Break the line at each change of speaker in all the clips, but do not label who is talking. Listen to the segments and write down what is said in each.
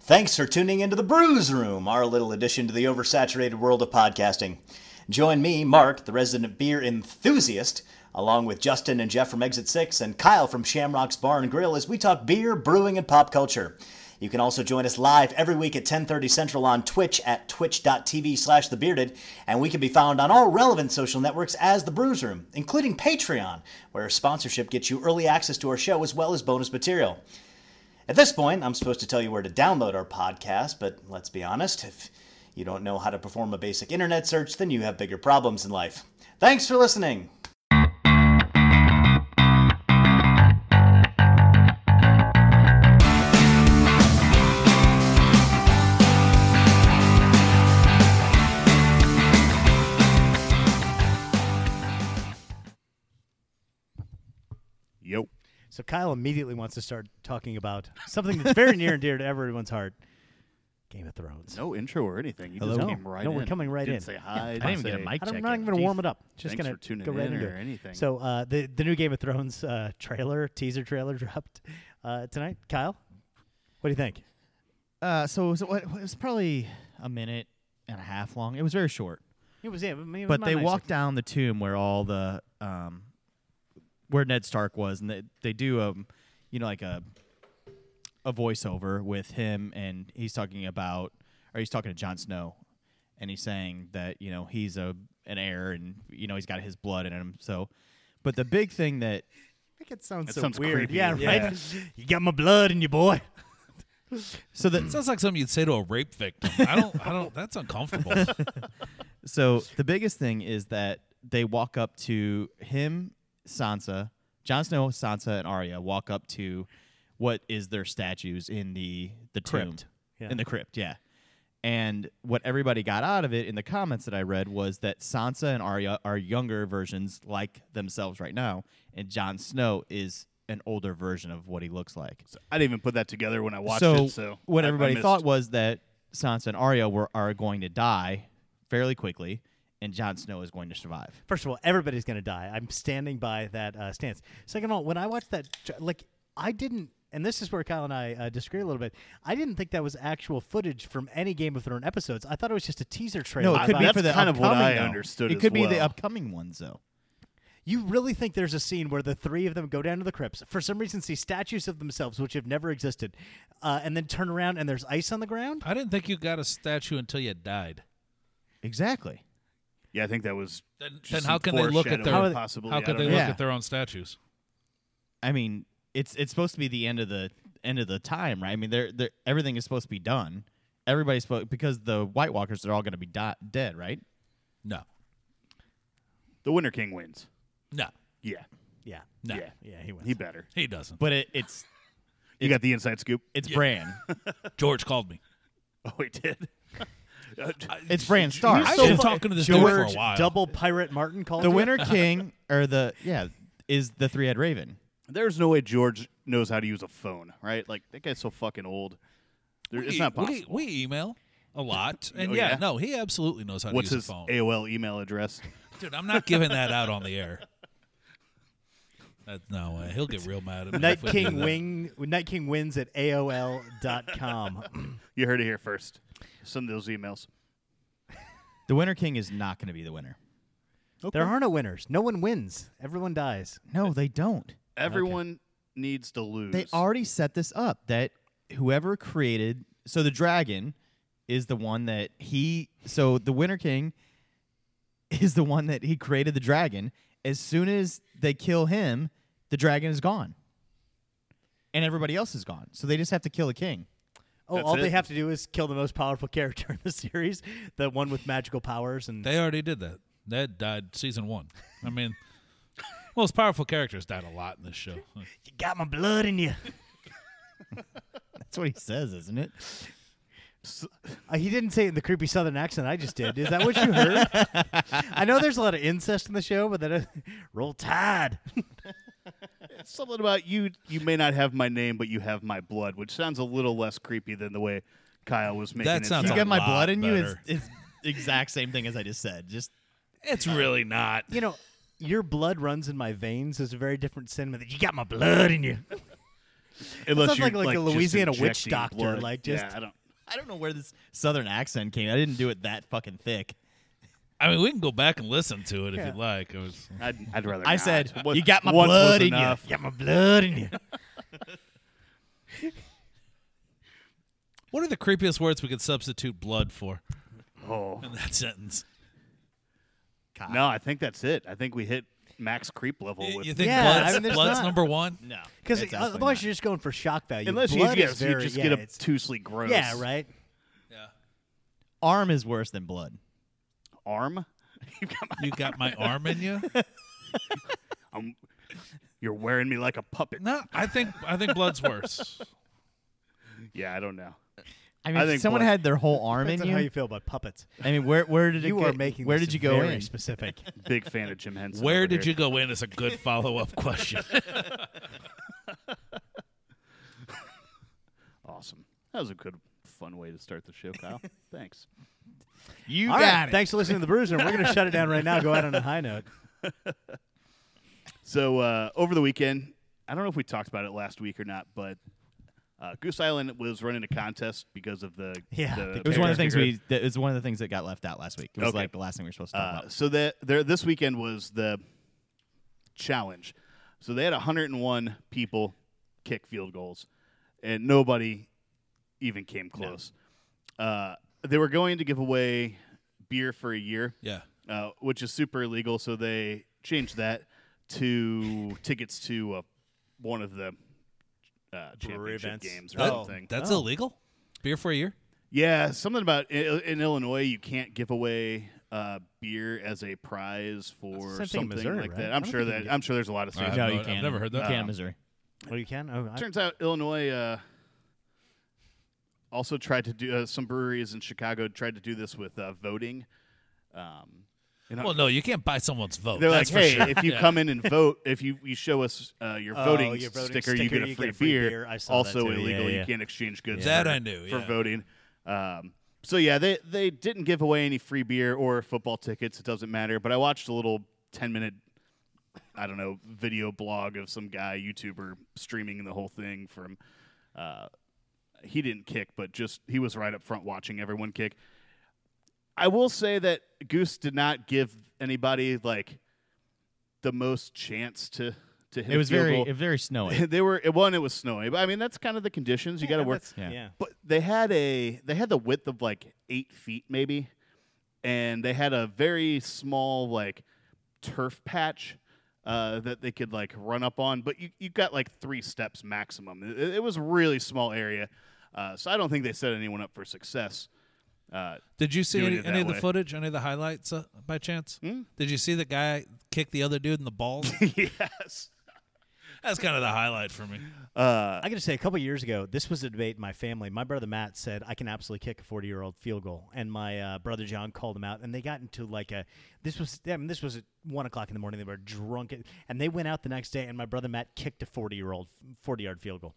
Thanks for tuning into the Brews Room, our little addition to the oversaturated world of podcasting. Join me, Mark, the resident beer enthusiast, along with Justin and Jeff from Exit 6 and Kyle from Shamrock's Bar and Grill as we talk beer, brewing, and pop culture. You can also join us live every week at 10:30 Central on Twitch at twitch.tv slash thebearded, and we can be found on all relevant social networks as The Brews Room, including Patreon, where sponsorship gets you early access to our show as well as bonus material. At this point, I'm supposed to tell you where to download our podcast, but let's be honest, if you don't know how to perform a basic internet search, then you have bigger problems in life. Thanks for listening.
Yo.
So Kyle immediately wants to start talking about something that's very near and dear to everyone's heart: Game of Thrones.
No intro or anything. You
Hello?
just came right
No,
in.
we're coming right
Didn't
in.
Say hi.
I didn't even
say-
get a mic
I don't,
check.
I'm not
in.
even going to warm it up. Just
Thanks
going
for tuning
to go right
in
into
or
it.
anything.
So uh, the the new Game of Thrones uh, trailer, teaser trailer dropped uh, tonight. Kyle, what do you think?
Uh, so it was, what, it was probably a minute and a half long. It was very short.
It was yeah, but, it was
But
not
they
nice.
walk down the tomb where all the um, where Ned Stark was, and they, they do a, you know, like a a voiceover with him, and he's talking about, or he's talking to Jon Snow, and he's saying that you know he's a an heir, and you know he's got his blood in him. So, but the big thing that
I think it sounds
That
so
sounds
weird.
creepy.
Yeah, right.
Yeah.
you got my blood in you, boy.
so that
Sounds like something you'd say to a rape victim. I don't. I don't. That's uncomfortable.
So the biggest thing is that they walk up to him, Sansa, Jon Snow, Sansa, and Arya walk up to what is their statues in the the
Crypt.
tomb
Yeah.
in the crypt, yeah. And what everybody got out of it in the comments that I read was that Sansa and Arya are younger versions like themselves right now, and Jon Snow is an older version of what he looks like
So I didn't even put that together when I watched
so
it. So
what
I- I
everybody
missed.
thought was that Sansa and Arya were are going to die fairly quickly, and Jon Snow is going to survive.
First of all, everybody's going to die. I'm standing by that uh, stance. Second of all, when I watched that, tra- like, I didn't, and this is where Kyle and I uh, disagree a little bit. I didn't think that was actual footage from any Game of Thrones episodes. I thought it was just a teaser trailer.
No, it could
about-
be
that's
for the
kind of what
upcoming,
I
though.
understood
It
as
could be the
well.
upcoming ones though.
You really think there's a scene where the three of them go down to the crypts, for some reason, see statues of themselves which have never existed, uh, and then turn around and there's ice on the ground?
I didn't think you got a statue until you died.
Exactly.
Yeah, I think that was.
Then,
Just
then
some
how can they look at their?
foreshadowing,
How,
possibly. I
could
don't
they
know.
look
Yeah.
at their own statues?
I mean, it's it's supposed to be the end of the end of the time, right? I mean, they're, they're everything is supposed to be done. Everybody's supposed because the White Walkers are all going to be di- dead, right?
No,
the Winter King wins.
no,
Yeah,
Yeah.
no.
yeah,
Yeah, he went.
he better.
He doesn't.
But it, it's
You got the inside scoop.
it's Bran.
George called me.
Oh, he did. Uh,
It's Bran Stark.
I've
It's-
been talking to this dude for a
George
while.
Double Pirate Martin called
the
you?
Winter King or the yeah is the three head raven.
There's no way George knows how to use a phone, right? Like that guy's so fucking old. There, it's
We-
not
we,
possible.
we email a lot, and
Oh,
yeah,
yeah?
no, he absolutely knows how
What's
to use
his
a phone.
AOL email address?
Dude, I'm not giving that out on the air. That, no way. He'll get real mad at me.
Night
if we do
King
that.
Wing Night King wins at AOL.com.
You heard it here first. Send those emails.
The Winter King is not going to be the winner.
There are no winners. No one wins. Everyone dies.
No, they don't.
Everyone needs to lose.
They already set this up that whoever created so the dragon is the one that he so the Winter King is the one that he created the dragon. As soon as they kill him, the dragon is gone. And everybody else is gone. So they just have to kill a king.
Oh,
That's
all
it.
they have to do is kill the most powerful character in the series, the one with magical powers, and
They already did that. Ned died season one. I mean, well, his powerful characters died a lot in this show.
you got my blood in you.
That's what he says, isn't it?
Uh, he didn't say it in the creepy Southern accent. I just did. Is that what you heard? I know there's a lot of incest in the show, but that is, roll tide.
Something about you. You may not have my name, but you have my blood, which sounds a little less creepy than the way Kyle was making
That
it.
sounds
You
It's
sound.
a
got my
lot
blood in you. It's,
better.
it's the exact same thing as I just said. Just
It's really not.
You know, your blood runs in my veins is a very different sentiment. than, You got my blood in you.
Unless
sounds
you're
like- like a
just
Louisiana witch
injecting
doctor,
blood.
like,
Yeah,
just-
I don't.
I don't know where this southern accent came. I didn't do it that fucking thick.
I mean, we can go back and listen to it if you'd like. It was,
I'd, I'd rather.
I
not.
said,
Once-
"You got my
once was
blood in
enough.
you. You got my blood in you."
what are the creepiest words we could substitute blood for
Oh.
in that sentence?
No, I think that's it. I think we hit max creep level.
Y-
With
You think
Yeah, I
blood's,
mean, there's
blood's
not-
number one?
No,
Because
it's absolutely
otherwise
not.
you're just going for shock value.
unless you,
Blood
yes,
is very,
you just
yeah,
get
it's-
obtusely gross.
Yeah, right.
Yeah.
arm is worse than blood.
Arm. You've got my,
You got my arm in you?
I'm, you're wearing me like a puppet.
No, I think I think blood's worse.
Yeah, I don't know.
I mean,
I
if
think
someone
blood-
had their whole arm
Depends
in
on
you,
how you feel about puppets.
I mean, where where did it
You
go,
are making.
Where
this
did you go
very
in?
Specific.
Big fan of Jim Henson.
Where
over
did
here.
you go in is a good follow up question.
Awesome. That was a good, fun way to start the show, Kyle. Thanks.
You
All
got
right,
it.
Thanks for listening to the Bruiser. We're going to shut it down right now. Go out on a high note.
So uh, over the weekend, I don't know if we talked about it last week or not, but uh, Goose Island was running a contest because of the
Yeah,
the
the
It was one of the
pandemic.
things we. That was one of the things that got left out last week. It was
Okay.
like the last thing we were supposed to talk
Uh,
about.
so that there this weekend was the challenge. So they had 101 people kick field goals, and nobody even came close. Uh, they were going to give away beer for a year,
yeah.
uh, which is super illegal. So they changed that to tickets to uh, one of the uh,
Brewery
championship
events.
games or
That-
something.
That's
Oh.
illegal? Beer for a year?
Yeah, something about i- in Illinois, you can't give away uh, beer as a prize for
That's the same thing in
something
Missouri,
like
right?
that.
I
I'm
don't
sure
think you
that
can-
I'm sure there's a lot of
I
states.
have
no,
no-
you
I've
can't.
never heard that.
You can't
Uh,
in Missouri.
Oh, you can. Oh, I,
Turns out Illinois uh, also tried to do uh, some breweries in Chicago tried to do this with uh, voting. Um, you know,
Well, no, you can't buy someone's vote.
they're like,
that's
hey,
for sure.
if you
Yeah.
come in and vote, if you, you show us uh, your,
Oh,
voting
your voting
sticker, you
sticker,
get a free,
beer. I saw that
also
too. Yeah,
illegal.
yeah,
You
yeah.
can't exchange goods.
That
for,
I knew,
for
yeah.
voting. Um, so yeah, they they didn't give away any free beer or football tickets. It doesn't matter. But I watched a little ten minute, I don't know, video blog of some guy YouTuber streaming the whole thing from. Uh, he didn't kick, but just he was right up front watching everyone kick. I will say that Goose did not give anybody like the most chance to to hit.
It
a
was
field
very
goal.
it very snowy.
they were one. It was snowy, but I mean that's kind of the conditions you got to work.
Yeah.
Yeah.
But they had a they had the width of like eight feet maybe, and they had a very small like turf patch uh, that they could like run up on. But you you got like three steps maximum. It, it was a really small area, uh, so I don't think they set anyone up for success. Uh,
Did you see
doing
any,
it
any
that
of the
way. Hmm?
footage, any of the highlights uh, by chance? Did you see the guy kick the other dude in the balls?
yes.
That's kind of the highlight for me.
Uh,
I got to say, a couple years ago, this was a debate in my family. My brother Matt said, I can absolutely kick a 40 year old field goal. And my uh, brother John called him out, and they got into like a. This was I mean, this was at 1 o'clock in the morning. They were drunk. And they went out the next day, and my brother Matt kicked a 40 year old, 40 yard field goal.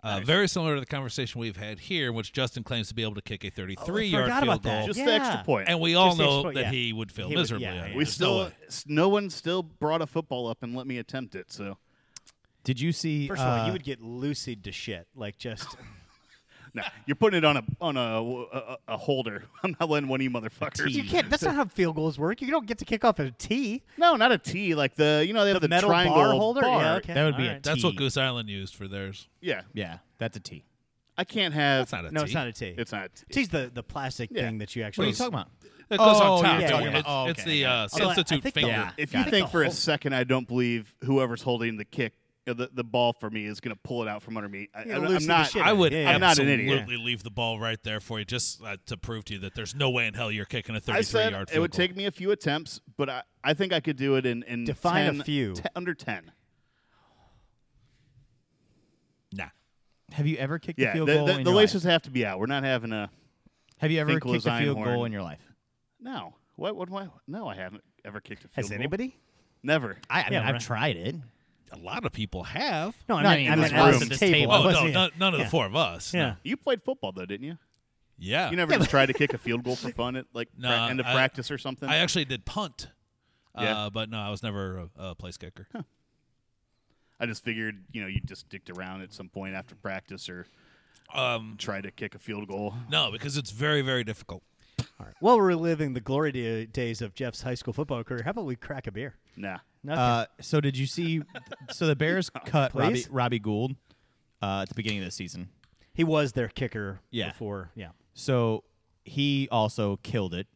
Uh, Very similar to the conversation we've had here, in which Justin claims to be able to kick a 33
Oh, I
yard
forgot
field
about
goal.
that.
just the
Yeah.
extra point.
And we all
Just the
know
exploit-
that
yeah.
he would fail
He would-
miserably.
yeah,
on
yeah.
it.
We
There's
still,
no
s-
way.
no, one still brought a football up and let me attempt it. So,
Did you see?
First of all,
uh,
you would get lucid to shit. Like, just.
no, you're putting it on a on a, a, a holder. I'm not letting one of you motherfuckers.
you can't. That's not how field goals work. You don't get to kick off a tee.
No, not a T. Like the you know they have the,
metal
triangle
bar holder?
bar.
Yeah, okay.
that would
all
be a
right.
That's what
T.
Goose Island used for theirs.
Yeah,
Yeah, that's a T.
I can't have.
That's not a
No,
tee.
it's not a tee.
It's not. a T.
Tee's the, the plastic
Yeah.
thing that you actually.
What are you talking about?
It goes
Oh,
on top.
you're
It's-
talking
it's,
about- oh,
it's
okay,
the
I
uh,
Although I- I think
substitute
the-
finger.
Yeah.
If
Got
you
it.
think
The
for a
whole-
second, I don't believe whoever's holding the kick, uh, the, the ball for me is going to pull it out from under me. I,
Yeah,
I'm-
loosen
I'm
the
not.
shit
I would
Yeah, yeah.
I'm not an idiot.
absolutely leave the ball right there for you, just uh, to prove to you that there's no way in hell you're kicking a 33
I said
yard field
it would
goal.
take me a few attempts, but I, I think I could do it in in
Define a
10
few.
te- under ten.
Nah.
Have you ever kicked a
Yeah, the,
field goal
the,
in
the
your
laces
life?
have to be out. We're not having a
Have you ever
Finkel
kicked a
design
field goal
horn.
in your life?
no. What? What? Why? No, I haven't ever kicked a field
Has
goal.
anybody?
Never.
I, I mean, I've
right.
tried it.
A lot of people have.
No, I
No, I
mean,
mean,
I
this
meant
room.
at the
This
table.
table.
I
Oh, no,
wasn't-
none, none of
Yeah.
the four of us. No.
Yeah.
You played football though, didn't you?
Yeah.
You never just tried to kick a field goal for fun at like pra-
Uh, Nah,
end of
I-
practice or something.
I actually did punt.
Yeah.
Uh, but no, I was never a, a place kicker.
I just figured, you know, you just dicked around at some point after practice or
Um,
try to kick a field goal.
no, because it's very, very difficult.
All right. While we're reliving the glory da- days of Jeff's high school football career, how about we crack a beer?
Nah.
Nothing.
Uh, so did you see? So the Bears cut Robbie,
Please?
Robbie Gould uh, at the beginning of the season.
he was their kicker
Yeah.
before. Yeah.
So he also killed it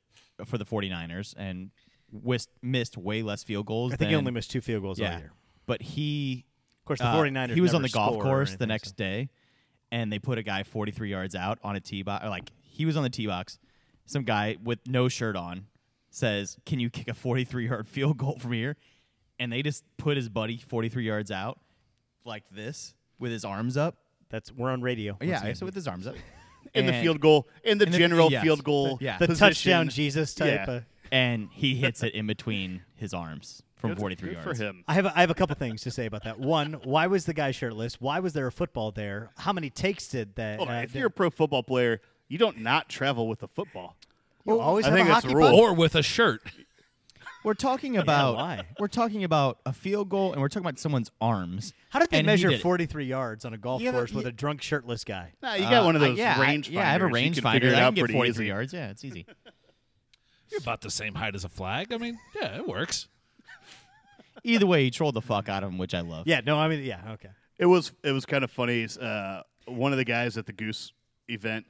for the 49ers and whis- missed way less field goals.
I think he
than-
only missed two field goals
Yeah,
all year.
but he
Of course, the
uh,
49ers
He was on
never
the golf
score or
course the
anything,
next
so-
day, and they put a guy 43 yards out on a tee box. Like he was on the tee box. Some guy with no shirt on says, "Can you kick a 43 yard field goal from here?" And they just put his buddy 43 yards out like this with his arms up.
That's we're on radio. once
yeah,
again.
so with his arms up
In the
And-
field goal, in the
in the-
general
yes.
field goal.
Yeah.
the
position.
touchdown Jesus type.
Yeah.
Uh,
and he hits it in between his arms from
Good-
43
good
yards.
for him.
I have a, I have a couple things to say about that. One, why was the guy shirtless? Why was there a football there? How many takes did that?
Hold on,
uh,
if
did-
you're a pro football player, you don't not travel with a football.
you always
I
have
think
a
that's
hockey
a rule.
puck.
Or with a shirt.
We're talking about
why?
we're talking about a field goal, and we're talking about someone's arms.
How did they
and he
measure
did it.
43 yards on a golf
Yeah, but
course with
you-
a drunk shirtless guy?
Nah, you got
Uh,
one of
I-
those
yeah,
range
I, yeah, I have
finders.
a
You
range
can
finder.
figure it
I
out
can get
pretty
43
easy.
yards. Yeah, it's easy.
You're about the same height as a flag. I mean, yeah, it works.
Either way, he trolled the fuck out of him, which I love.
Yeah, no, I mean, yeah, okay.
It was it was kind of funny. Uh, one of the guys at the Goose event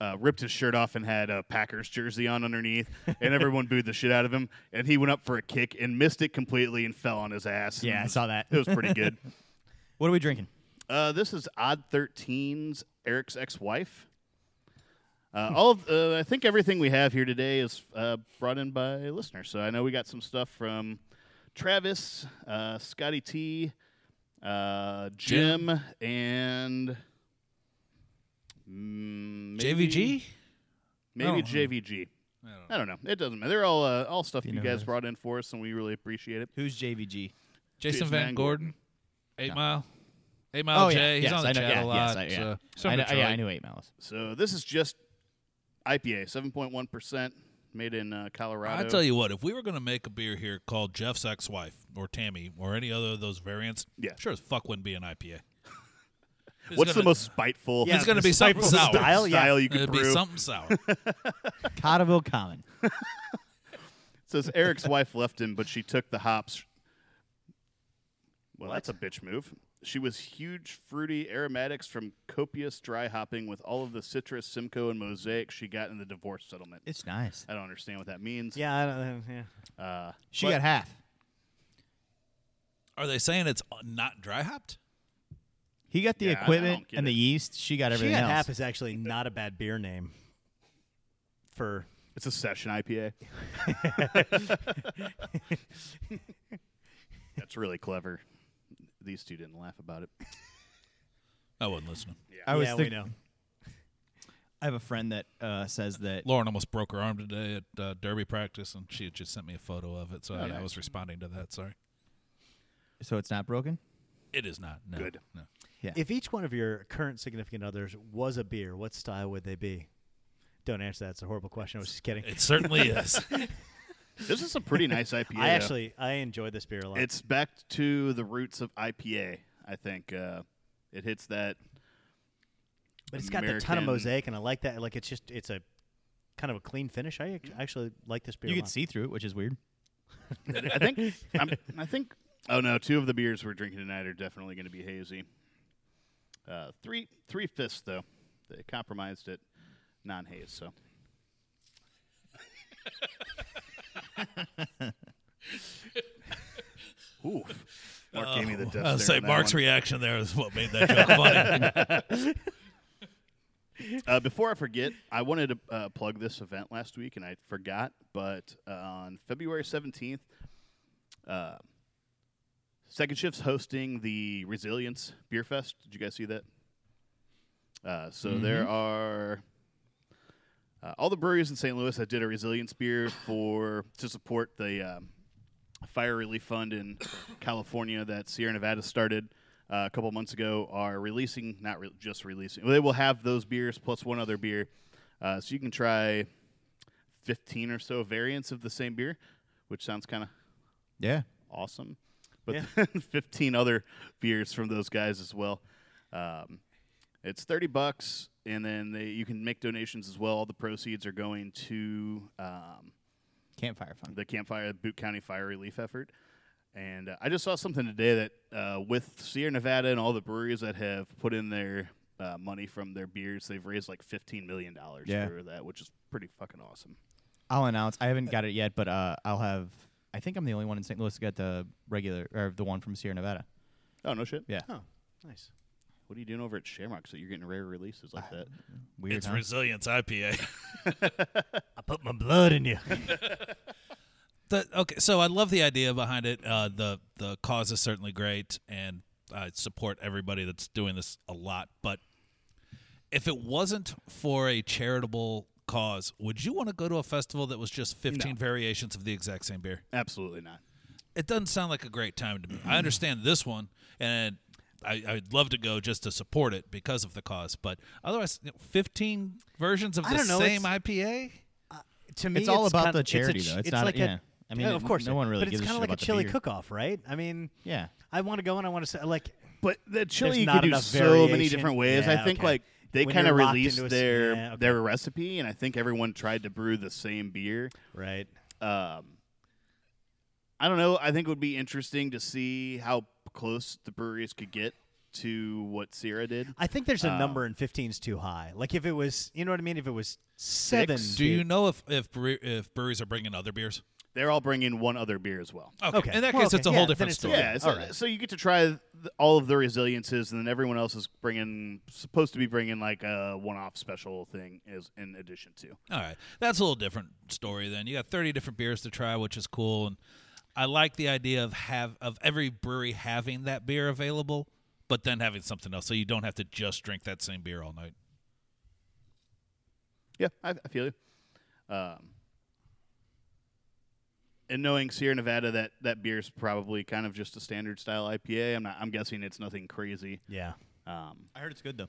uh, ripped his shirt off and had a Packers jersey on underneath, and everyone booed the shit out of him. And he went up for a kick and missed it completely and fell on his ass.
Yeah,
And
I
it was-
saw that.
It was pretty good.
What are we drinking?
Uh, this is Odd 13's Eric's ex-wife. Uh, all of, uh, I think everything we have here today is uh, brought in by listeners. So I know we got some stuff from Travis, uh, Scotty T, uh, Jim, and mm, maybe-
JVG?
Maybe
No.
JVG. I don't know. It doesn't matter. They're all uh, all stuff
You
you,
know
guys
this.
brought in for us, and we really appreciate it.
Who's JVG?
Jason
Jason
Van
Van
Gordon. Eight Mile. Eight Mile
oh
J.
yeah,
He's
yes,
on the
I know,
chat
yeah,
a lot.
Yes, I, yeah.
so- so
I, know, yeah, I
Detroit.
knew eight miles.
So this is just IPA, seven point one percent, made in uh, Colorado.
I tell you what, if we were going to make a beer here called Jeff's ex-wife or Tammy or any other of those variants,
Yeah.
sure as fuck wouldn't be an IPA. It's
What's
gonna-
the most spiteful
It's going to be something
Disciples
sour.
style, yeah.
style you could
It'd
brew?
be something sour.
Cotterville Common.
It says Eric's wife left him, but she took the hops. Well, that's a bitch move. She was huge fruity aromatics from copious dry hopping with all of the citrus, Simcoe, and mosaic she got in the divorce settlement.
It's nice.
I don't understand what that means.
Yeah, I don't, yeah.
Uh,
She
but
got half.
Are they saying it's uh, not dry hopped?
He got the
Yeah, I- I
equipment
don't get
and the
it.
yeast. She got everything
she had
else.
half is actually not a bad beer name for
it's a session IPA. that's really clever. These two didn't laugh about it.
I wasn't listening.
I was
yeah, we
think-
know.
I have a friend that uh, says that
Lauren almost broke her arm today at uh, derby practice, and she had just sent me a photo of it. So yeah, I
Oh, nice.
was responding to that. Sorry,
so it's not broken.
it is not. No,
Good.
No.
If each one of your current significant others was a beer, what style would they be? Don't answer that. It's a horrible question. I was just kidding.
It certainly is.
This is a pretty nice
I
IPA. though.
actually I enjoyed this beer a lot.
It's back to the roots of IPA. I think uh, it hits that.
but it's got a ton of
American-
mosaic, and I like that. Like it's just it's a kind of a clean finish. I ac- actually like this beer.
You
a
could
lot.
see through it, which is weird.
I think. I'm, I think. Oh no! Two of the beers we're drinking tonight are definitely going to be hazy. Uh, three three fifths though. They compromised it, non haze. So oof. Mark gave me the
Oh,
death
I was
stare
say
on that
Mark's
one.
reaction there is what made that joke funny.
Uh, before I forget, I wanted to uh, plug this event last week and I forgot, but uh, on February 17th, uh, Second Shift's hosting the Resilience Beer Fest. Did you guys see that? Uh, so there are uh, all the breweries in St. Louis that did a resilience beer for to support the um, fire relief fund in California that Sierra Nevada started uh, a couple months ago are releasing, not re- just releasing. They will have those beers plus one other beer, uh, so you can try fifteen or so variants of the same beer, which sounds kind of
Yeah.
awesome. but then 15 other beers from those guys as well. Um, it's 30 bucks, and then they, you can make donations as well. All the proceeds are going to um,
Campfire fun.
the Campfire Boot County Fire Relief Effort. And uh, I just saw something today that uh, with Sierra Nevada and all the breweries that have put in their uh, money from their beers, they've raised like $15 million
Yeah.
for that, which is pretty fucking awesome.
I'll announce. I haven't got it yet, but uh, I'll have. I think I'm the only one in St. Louis that got the regular or the one from Sierra Nevada.
Oh, no shit.
Yeah,
Oh, nice.
What are you doing over at Shamrock so you're getting rare releases like that?
weird.
it's
huh?
resilience IPA.
I put my blood in you.
The- okay, so I love the idea behind it. Uh, the the cause is certainly great, and I support everybody that's doing this a lot. But if it wasn't for a charitable cause, would you want to go to a festival that was just 15 variations of the exact same beer?
Absolutely not.
It doesn't sound like a great time to me. I understand this one, and I, I'd love to go just to support it because of the cause. But otherwise, you know, 15 versions of
I
the
don't know,
same
it's-
IPA.
To me,
It's all about
kinda-
the charity,
it's a ch-
though. It's not-
like
yeah.
A,
I mean,
yeah, of course,
no one really
But
gives
it's
a
kind
shit
of like
about
a
the
chili
beer.
cook-off, right? I mean,
Yeah.
I want to go and I want to say like
But the chili
There's
you
not
can do
enough
so many
variation?
different ways.
Yeah,
I think
okay.
like they
When
kind of
you're locked
released
into a s-
their
yeah, okay.
their recipe, and I think everyone tried to brew the same beer.
right.
Um, I don't know. I think it would be interesting to see how close the breweries could get to what Sierra did.
I think
Uh,
there's a number in 15's too high. Like if it was, you know what I mean? If it was seven,
Six?
Do you know if if, bre- if breweries are bringing other beers?
They're all bringing one other beer as well.
Okay.
Okay.
In that case,
Well, okay.
it's a
Yeah,
whole
then
different
it's-
story.
Yeah, so, so you get to try th- all of the resiliences, and then everyone else is bringing supposed to be bringing like a one-off special thing as in addition to.
All right, that's a little different story. Then you got thirty different beers to try, which is cool, and I like the idea of have of every brewery having that beer available, but then having something else, so you don't have to just drink that same beer all night.
Yeah, I, I feel you. Um, and knowing Sierra Nevada, that that beer is probably kind of just a standard style IPA. I'm not. I'm guessing it's nothing crazy.
yeah.
Um,
I heard it's good though.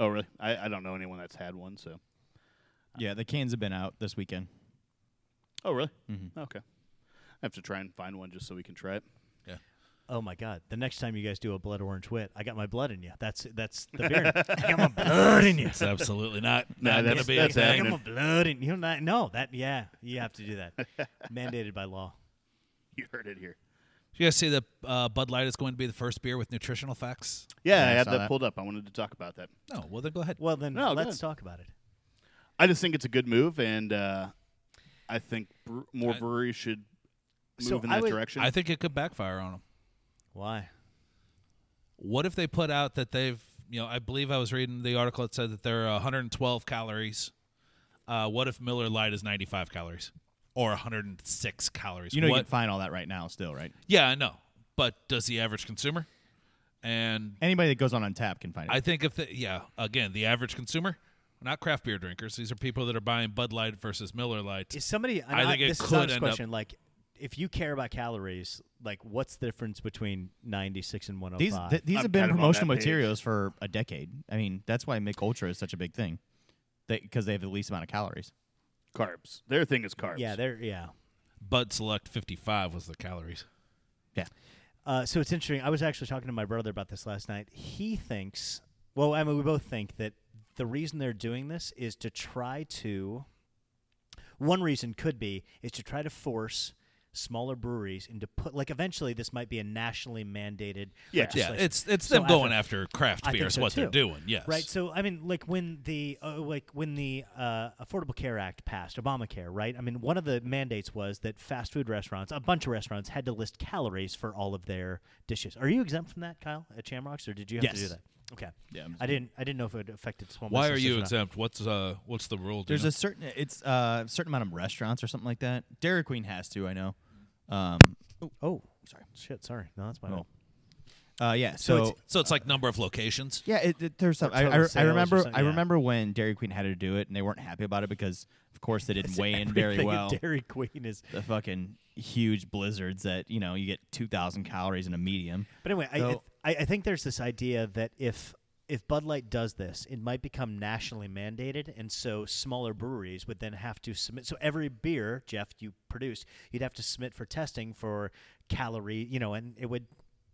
oh, really? I, I don't know anyone that's had one. So.
Yeah, the cans have been out this weekend.
Oh, really? Mm-hmm. Okay. I have to try and find one just so we can try it.
Oh my God! The next time you guys do a blood orange wit, I got my blood in you. That's that's the beer. I got my blood in you.
It's absolutely not
No,
not
that's-
gonna be.
that's
a
I
thing.
got my
happening.
blood in you. Not, no, that yeah, you have to do that. Mandated by law.
You heard it here.
Did you guys see that uh, Bud Light is going to be the first beer with nutritional facts?
Yeah,
Yeah,
I
I
had
saw
that,
that.
pulled up. I wanted to talk about that.
No, well then go ahead.
Well, then
No, go
let's
ahead.
talk about it.
I just think it's a good move, and uh, I think bre- more
I-
breweries should move
So
in
I
that
would-
direction.
I think it could backfire on them.
Why?
What if they put out that they've, you know, I believe I was reading the article that uh, said that there are 112 calories. Uh, what if Miller Lite is 95 calories or 106 calories?
You know you
what?
can find all that right now still, right?
yeah, I know. But does the average consumer? And
Anybody that goes on Untappd can find it.
I think if the, yeah, again, the average consumer, not craft beer drinkers. These are people that are buying Bud Light versus Miller Light.
Is somebody? and
I
I
think it
this is
could
honest
end up-
question. Like, if you care about calories, like, what's the difference between ninety six and one hundred
these
five?
th- these
I've
have
had
been
'em on that
promotional
page.
materials for a decade. I mean, that's why Mick Ultra is such a big thing, because they have the least amount of calories.
carbs. Their thing is carbs.
yeah, they're yeah.
Bud Select 55 was the calories.
Yeah,
Uh, so it's interesting. I was actually talking to my brother about this last night. He thinks, well, I mean, we both think that the reason they're doing this is to try to. One reason could be is to try to force smaller breweries into put like eventually this might be a nationally mandated.
Yeah.
Yeah,
legislation.
it's it's
So
them going
after-
after craft
I
beer
think
is
so
what they're
too.
doing. Yes,
Right. So I mean, like when the uh, like when the uh, Affordable Care Act passed, Obamacare, right? I mean, one of the mandates was that fast food restaurants, a bunch of restaurants, had to list calories for all of their dishes. Are you exempt from that, Kyle, at Shamrocks, or did you have to do
Yes.
that? Okay.
Yeah, I'm
I didn't. I didn't know if it affected small.
Why are
businesses
you
or not.
exempt? What's uh what's the rule? Do you
there's
know?
a certain it's uh, a certain amount of restaurants or something like that. Dairy Queen has to, I know. Um,
Oh, sorry. Shit. Sorry. No, that's my
Oh.
fault.
uh, yeah,
So
so,
it's-
So it's like number of locations.
yeah, it, it- there's some. I,
total
I, I
sales or
remember
something,
I
yeah.
remember when Dairy Queen had to do it, and they weren't happy about it because, of course, they didn't weigh in very
Everything at
well.
Dairy Queen is.
the fucking huge blizzards that you know you get two thousand calories in a medium.
But anyway, I-
So-
I, I think there's this idea that if if Bud Light does this, it might become nationally mandated, and so smaller breweries would then have to submit. So every beer, Jeff, you produce, you'd have to submit for testing for calorie, you know, and it would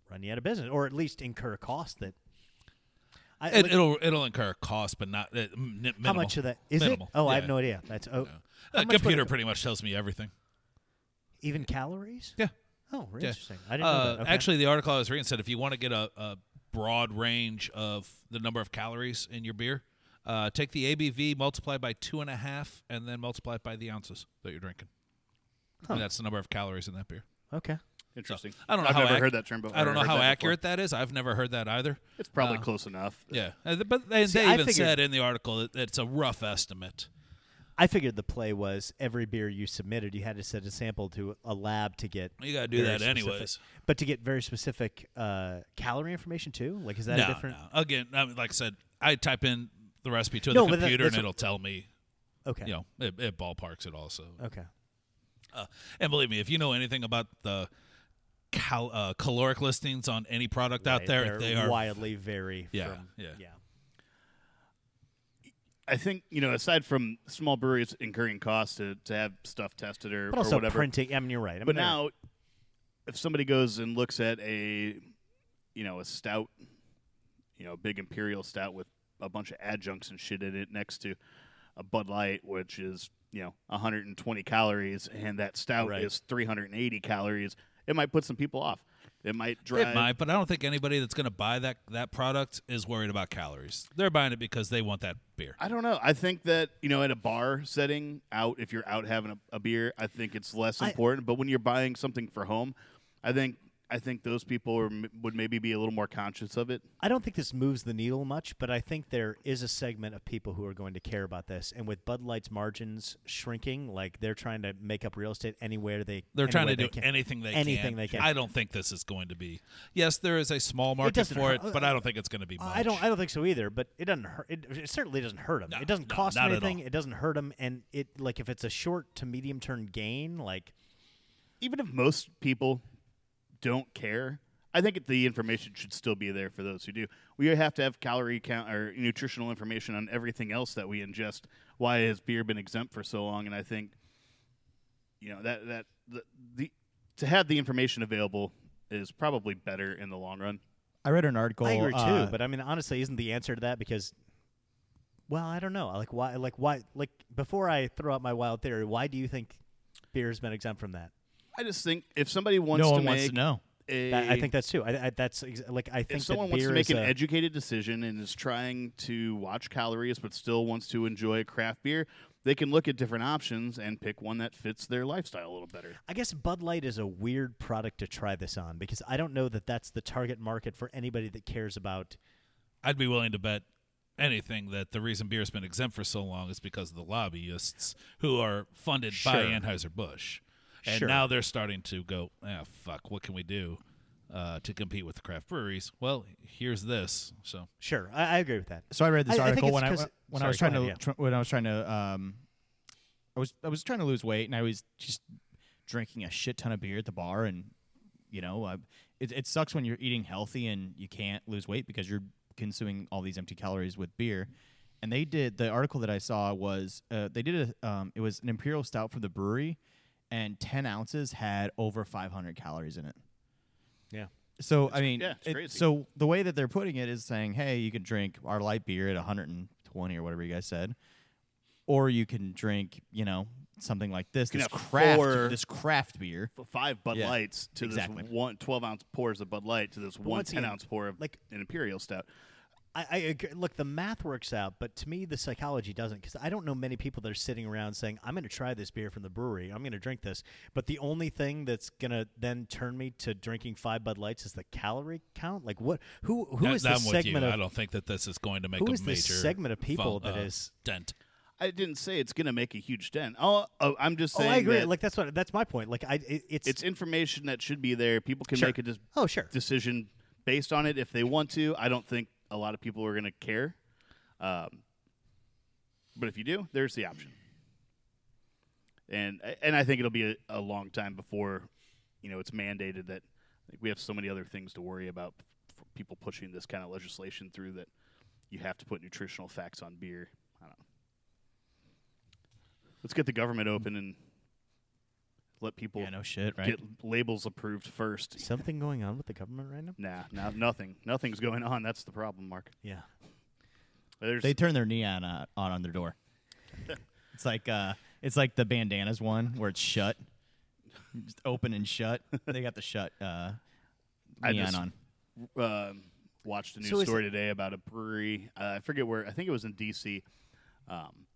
run you out of business or at least incur a cost that. I,
It,
like,
it'll it'll incur cost, but not uh, m- minimal.
how much of that is
minimal.
it? Oh, I
Yeah.
have no idea. That's oh, how
Uh,
much would it
computer
co-
pretty much tells me everything.
even calories.
Yeah.
Oh, really
Yeah.
interesting. I didn't know
Uh,
that. Okay.
Actually, the article I was reading said if you want to get a, a broad range of the number of calories in your beer, uh, take the ABV, multiply by two and a half, and then multiply it by the ounces that you're drinking.
Huh.
And that's the number of calories in that beer.
okay.
Interesting.
I don't know
I've
how
never
ac-
heard that term before.
I don't know
Heard
how
that before.
accurate that is. I've never heard that either.
It's probably
Uh,
close enough.
Yeah, Uh, th- but they,
See,
they
I
even
figured-
said in the article that it's a rough estimate.
I figured the play was every beer you submitted, you had to send a sample to a lab to get.
You gotta do
very
that
specific-
anyways.
But to get very specific uh, calorie information too, like is that
no,
a different?
no. Again, I mean, like I said, I type in the recipe to
No,
the
but that-
computer and
that's-
it'll tell me.
Okay.
You know, it, it ballparks it also.
Okay.
Uh, and believe me, if you know anything about the cal- uh, caloric listings on any product out
Right,
there,
they're
they are
wildly vary.
Yeah,
From,
yeah.
I think you know, aside from small breweries incurring costs to, to have stuff tested or,
But
or
also
whatever,
printing. I mean, you're right. I mean,
but
they're-
now if somebody goes and looks at a you know a stout, you know, big imperial stout with a bunch of adjuncts and shit in it next to a Bud Light, which is you know 120 calories, and that stout
Right.
is 380 calories, it might put some people off. It might drive.
It might, but I don't think anybody that's going to buy that that product is worried about calories. They're buying it because they want that beer.
I don't know. I think that you know, at a bar setting, out if you're out having a, a beer, I think it's less
I-
important. But when you're buying something for home, I think I think those people are, m- would maybe be a little more conscious of it.
I don't think this moves the needle much, but I think there is a segment of people who are going to care about this. And with Bud Light's margins shrinking, like they're trying to make up real estate anywhere they
They're trying to
anywhere
do
they can.
anything they
anything
can.
they can.
I don't think this is going to be. Yes, there is a small market
doesn't
for it,
hurt-
but I don't think it's going to be. Much.
I don't. I don't think so either. But it doesn't hurt. It, it certainly doesn't hurt them.
No,
it doesn't
no,
cost 'em
not at
anything.
all.
It doesn't hurt them. And it like if it's a short to medium term gain, like
Even if most people don't care, I think the information should still be there for those who do. We have to have calorie count or nutritional information on everything else that we ingest. Why has beer been exempt for so long? And I think you know that that the, the to have the information available is probably better in the long run.
I read an article.
I agree too.
uh,
but I mean, honestly, isn't the answer to that because? Well, I don't know. Like why? Like why? Like before I throw out my wild theory, why do you think beer has been exempt from that?
I just think if somebody wants
no
to
one
make
wants to know.
a,
That, I think that's too. I, I, that's ex- like I think
if someone
that
wants
beer
to make
is
an
a-
educated decision and is trying to watch calories but still wants to enjoy craft beer, they can look at different options and pick one that fits their lifestyle a little better.
I guess Bud Light is a weird product to try this on because I don't know that that's the target market for anybody that cares about.
I'd be willing to bet anything that the reason beer's been exempt for so long is because of the lobbyists who are funded by
Sure.
Anheuser Busch, and
Sure.
now they're starting to go, ah, fuck, what can we do uh, to compete with the craft breweries? Well, here's this. So
Sure, I, I agree with that.
So I read this
I- I think
article
it's
when I
'cause-
when I
sorry,
was trying
go
to
ahead,
tr- when I was trying to um, I was I was trying to lose weight and I was just drinking a shit ton of beer at the bar and you know I, it it sucks when you're eating healthy and you can't lose weight because you're consuming all these empty calories with beer. And they did the article that I saw was uh, they did a um, it was an imperial stout from the brewery and ten ounces had over 500 calories in it.
Yeah.
So I mean,
yeah, it's
it-
crazy.
so the way that they're putting it is saying, hey, you can drink our light beer at 120 or whatever you guys said, or you can drink, you know, something like this,
can
this
have
craft,
four-
this craft beer.
F- Five Bud
Yeah,
Lights to
exactly.
this one 12 ounce pours of Bud Light to this one
once
10
again,
ounce pour of
like-
an Imperial Stout.
I, I agree. look, the math works out, but to me, the psychology doesn't because I don't know many people that are sitting around saying, "I'm going to try this beer from the brewery. I'm going to drink this." But the only thing that's going to then turn me to drinking five Bud Lights is the calorie count. Like, what? Who? Who
I-
is
I'm
this
with you.
segment
I
of?
don't think that this is going to make
Who
a
is this
major
segment of people
that is
that is-
dent.
I didn't say it's going to make a huge dent. Oh, oh, I'm just
Oh,
saying
I agree.
that
Like that's what that's my point. Like I, it, it's,
it's information that should be there. People can
Sure.
make a dis-
oh sure.
decision based on it if they want to. I don't think a lot of people are going to care. Um, but if you do, there's the option. And and I think it'll be a, a long time before, you know, it's mandated that like, we have so many other things to worry about for people pushing this kind of legislation through that you have to put nutritional facts on beer. I don't know. Let's get the government open and let people
Yeah, no shit, right?
get labels approved first.
Something going on with the government right now?
Nah, no, nothing. Nothing's going on. That's the problem, Mark.
Yeah.
There's
They turn their neon uh, on on their door. it's like uh, it's like the bandanas one where it's shut, just open and shut. They got the shut uh,
I
neon
just-
on.
um, watched a news
So is
story today about a brewery. Uh, I forget where. I think it was in D.C. Um,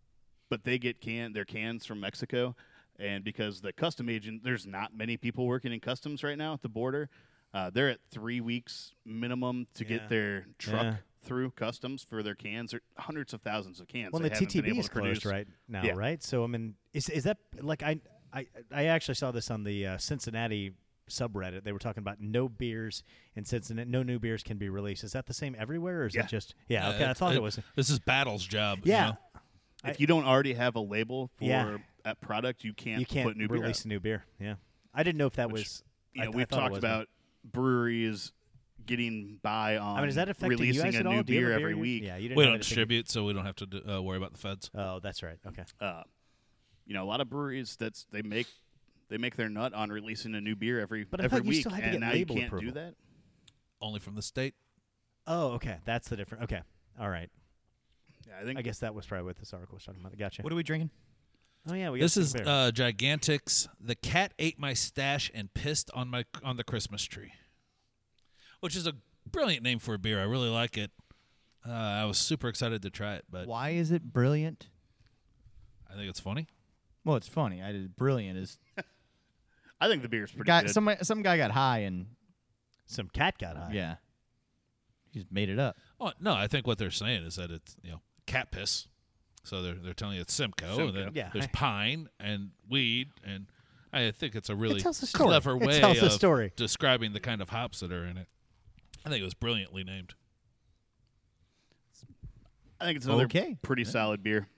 but they get can their cans from Mexico, and because the custom agent, there's not many people working in customs right now at the border. Uh, they're at three weeks minimum to
Yeah.
get their truck
Yeah.
through customs for their cans. There are hundreds of thousands of cans.
Well,
they
the
haven't been
TTB
able
is
to
closed
produce.
right now,
Yeah.
right? So I mean, is is that like I I I actually saw this on the uh, Cincinnati subreddit. They were talking about no beers in Cincinnati. No new beers can be released. Is that the same everywhere, or is
Yeah.
it just yeah?
Uh,
Okay, I
it's-
thought it, was.
This is Battle's job. you
Yeah,
know?
If you don't already have a label for
Yeah.
that product, you can't,
you can't
put new beer out.
release a new beer. Yeah, I didn't know if that
Which,
was.
you
I
know,
th- I
we've
thought it
talked
was, but-
about breweries getting by on
I mean, is that affecting
um, releasing
you guys
a
at
new
all? Do you have
beer
a
every
you-
week.
Yeah, you didn't.
We
have
don't
anything-
distribute, so we don't have to do- uh, worry about the feds.
Oh, that's right. Okay.
Uh, you know, a lot of breweries that's they make they make their nut on releasing a new beer every
But I
every
thought you
week,
still had to
and
get
now
label
you can't do
approval.
that.
Only from the state.
Oh, okay. That's the difference. Okay. All right.
Yeah, I think
I guess that was probably what this article was talking about. Gotcha.
What are we drinking?
oh yeah, we got
This
some
is
beer.
uh, Gigantics. The cat ate my stash and pissed on my on the Christmas tree, which is a brilliant name for a beer. I really like it. Uh, I was super excited to try it, but
Why is it brilliant?
I think it's funny.
Well, it's funny. I did brilliant is
I think the beer's pretty
guy.
good.
Some some guy got high and
some cat got high.
yeah, he just made it up.
Oh no, I think what they're saying is that it's you know cat piss. So they're they're telling you it's Simcoe. and then
Simcoe.
Yeah.
There's pine and weed and. I think it's a really
tells a story.
clever
It
way
tells a
of
story.
describing the kind of hops that are in it. I think it was brilliantly named.
I think it's another
Okay.
pretty solid beer.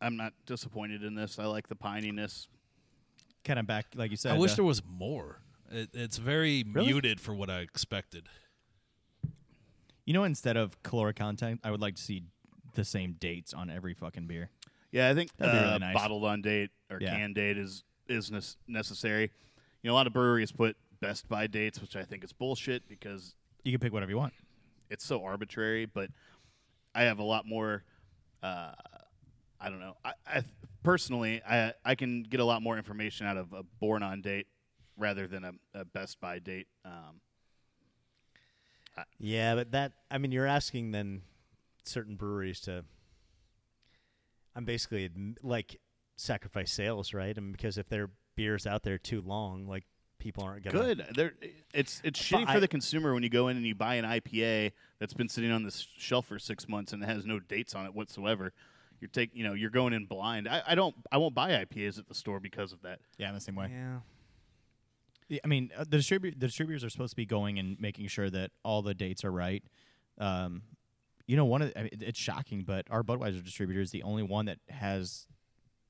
I'm not disappointed in this. I like the pininess.
Kind of back, like you said.
I wish
uh,
there was more. It, it's very muted for what I expected.
you know, instead of caloric content, I would like to see the same dates on every fucking beer.
Yeah, I think
That'd be
uh,
really nice.
bottled on date or
Yeah.
can date is is nes- necessary. You know, a lot of breweries put best by dates, which I think is bullshit because
You can pick whatever you want.
it's so arbitrary, but I have a lot more. Uh, I don't know. I, I personally, I I can get a lot more information out of a born on date rather than a, a best by date. Um,
Yeah, but that I mean, you're asking then certain breweries to. I'm basically adm- like sacrifice sales, right? And because if their beer's out there too long, like people aren't gonna.
good. There, it's it's
But
shitty
I-
for the consumer when you go in and you buy an IPA that's been sitting on the s- shelf for six months and it has no dates on it whatsoever. You're take, you know, you're going in blind. I, I don't, I won't buy IPAs at the store because of that.
Yeah, in the same way.
Yeah.
Yeah, I mean, uh, the distribu- the distributors are supposed to be going and making sure that all the dates are right. Um, you know, one of the, I mean, it- it's shocking, but our Budweiser distributor is the only one that has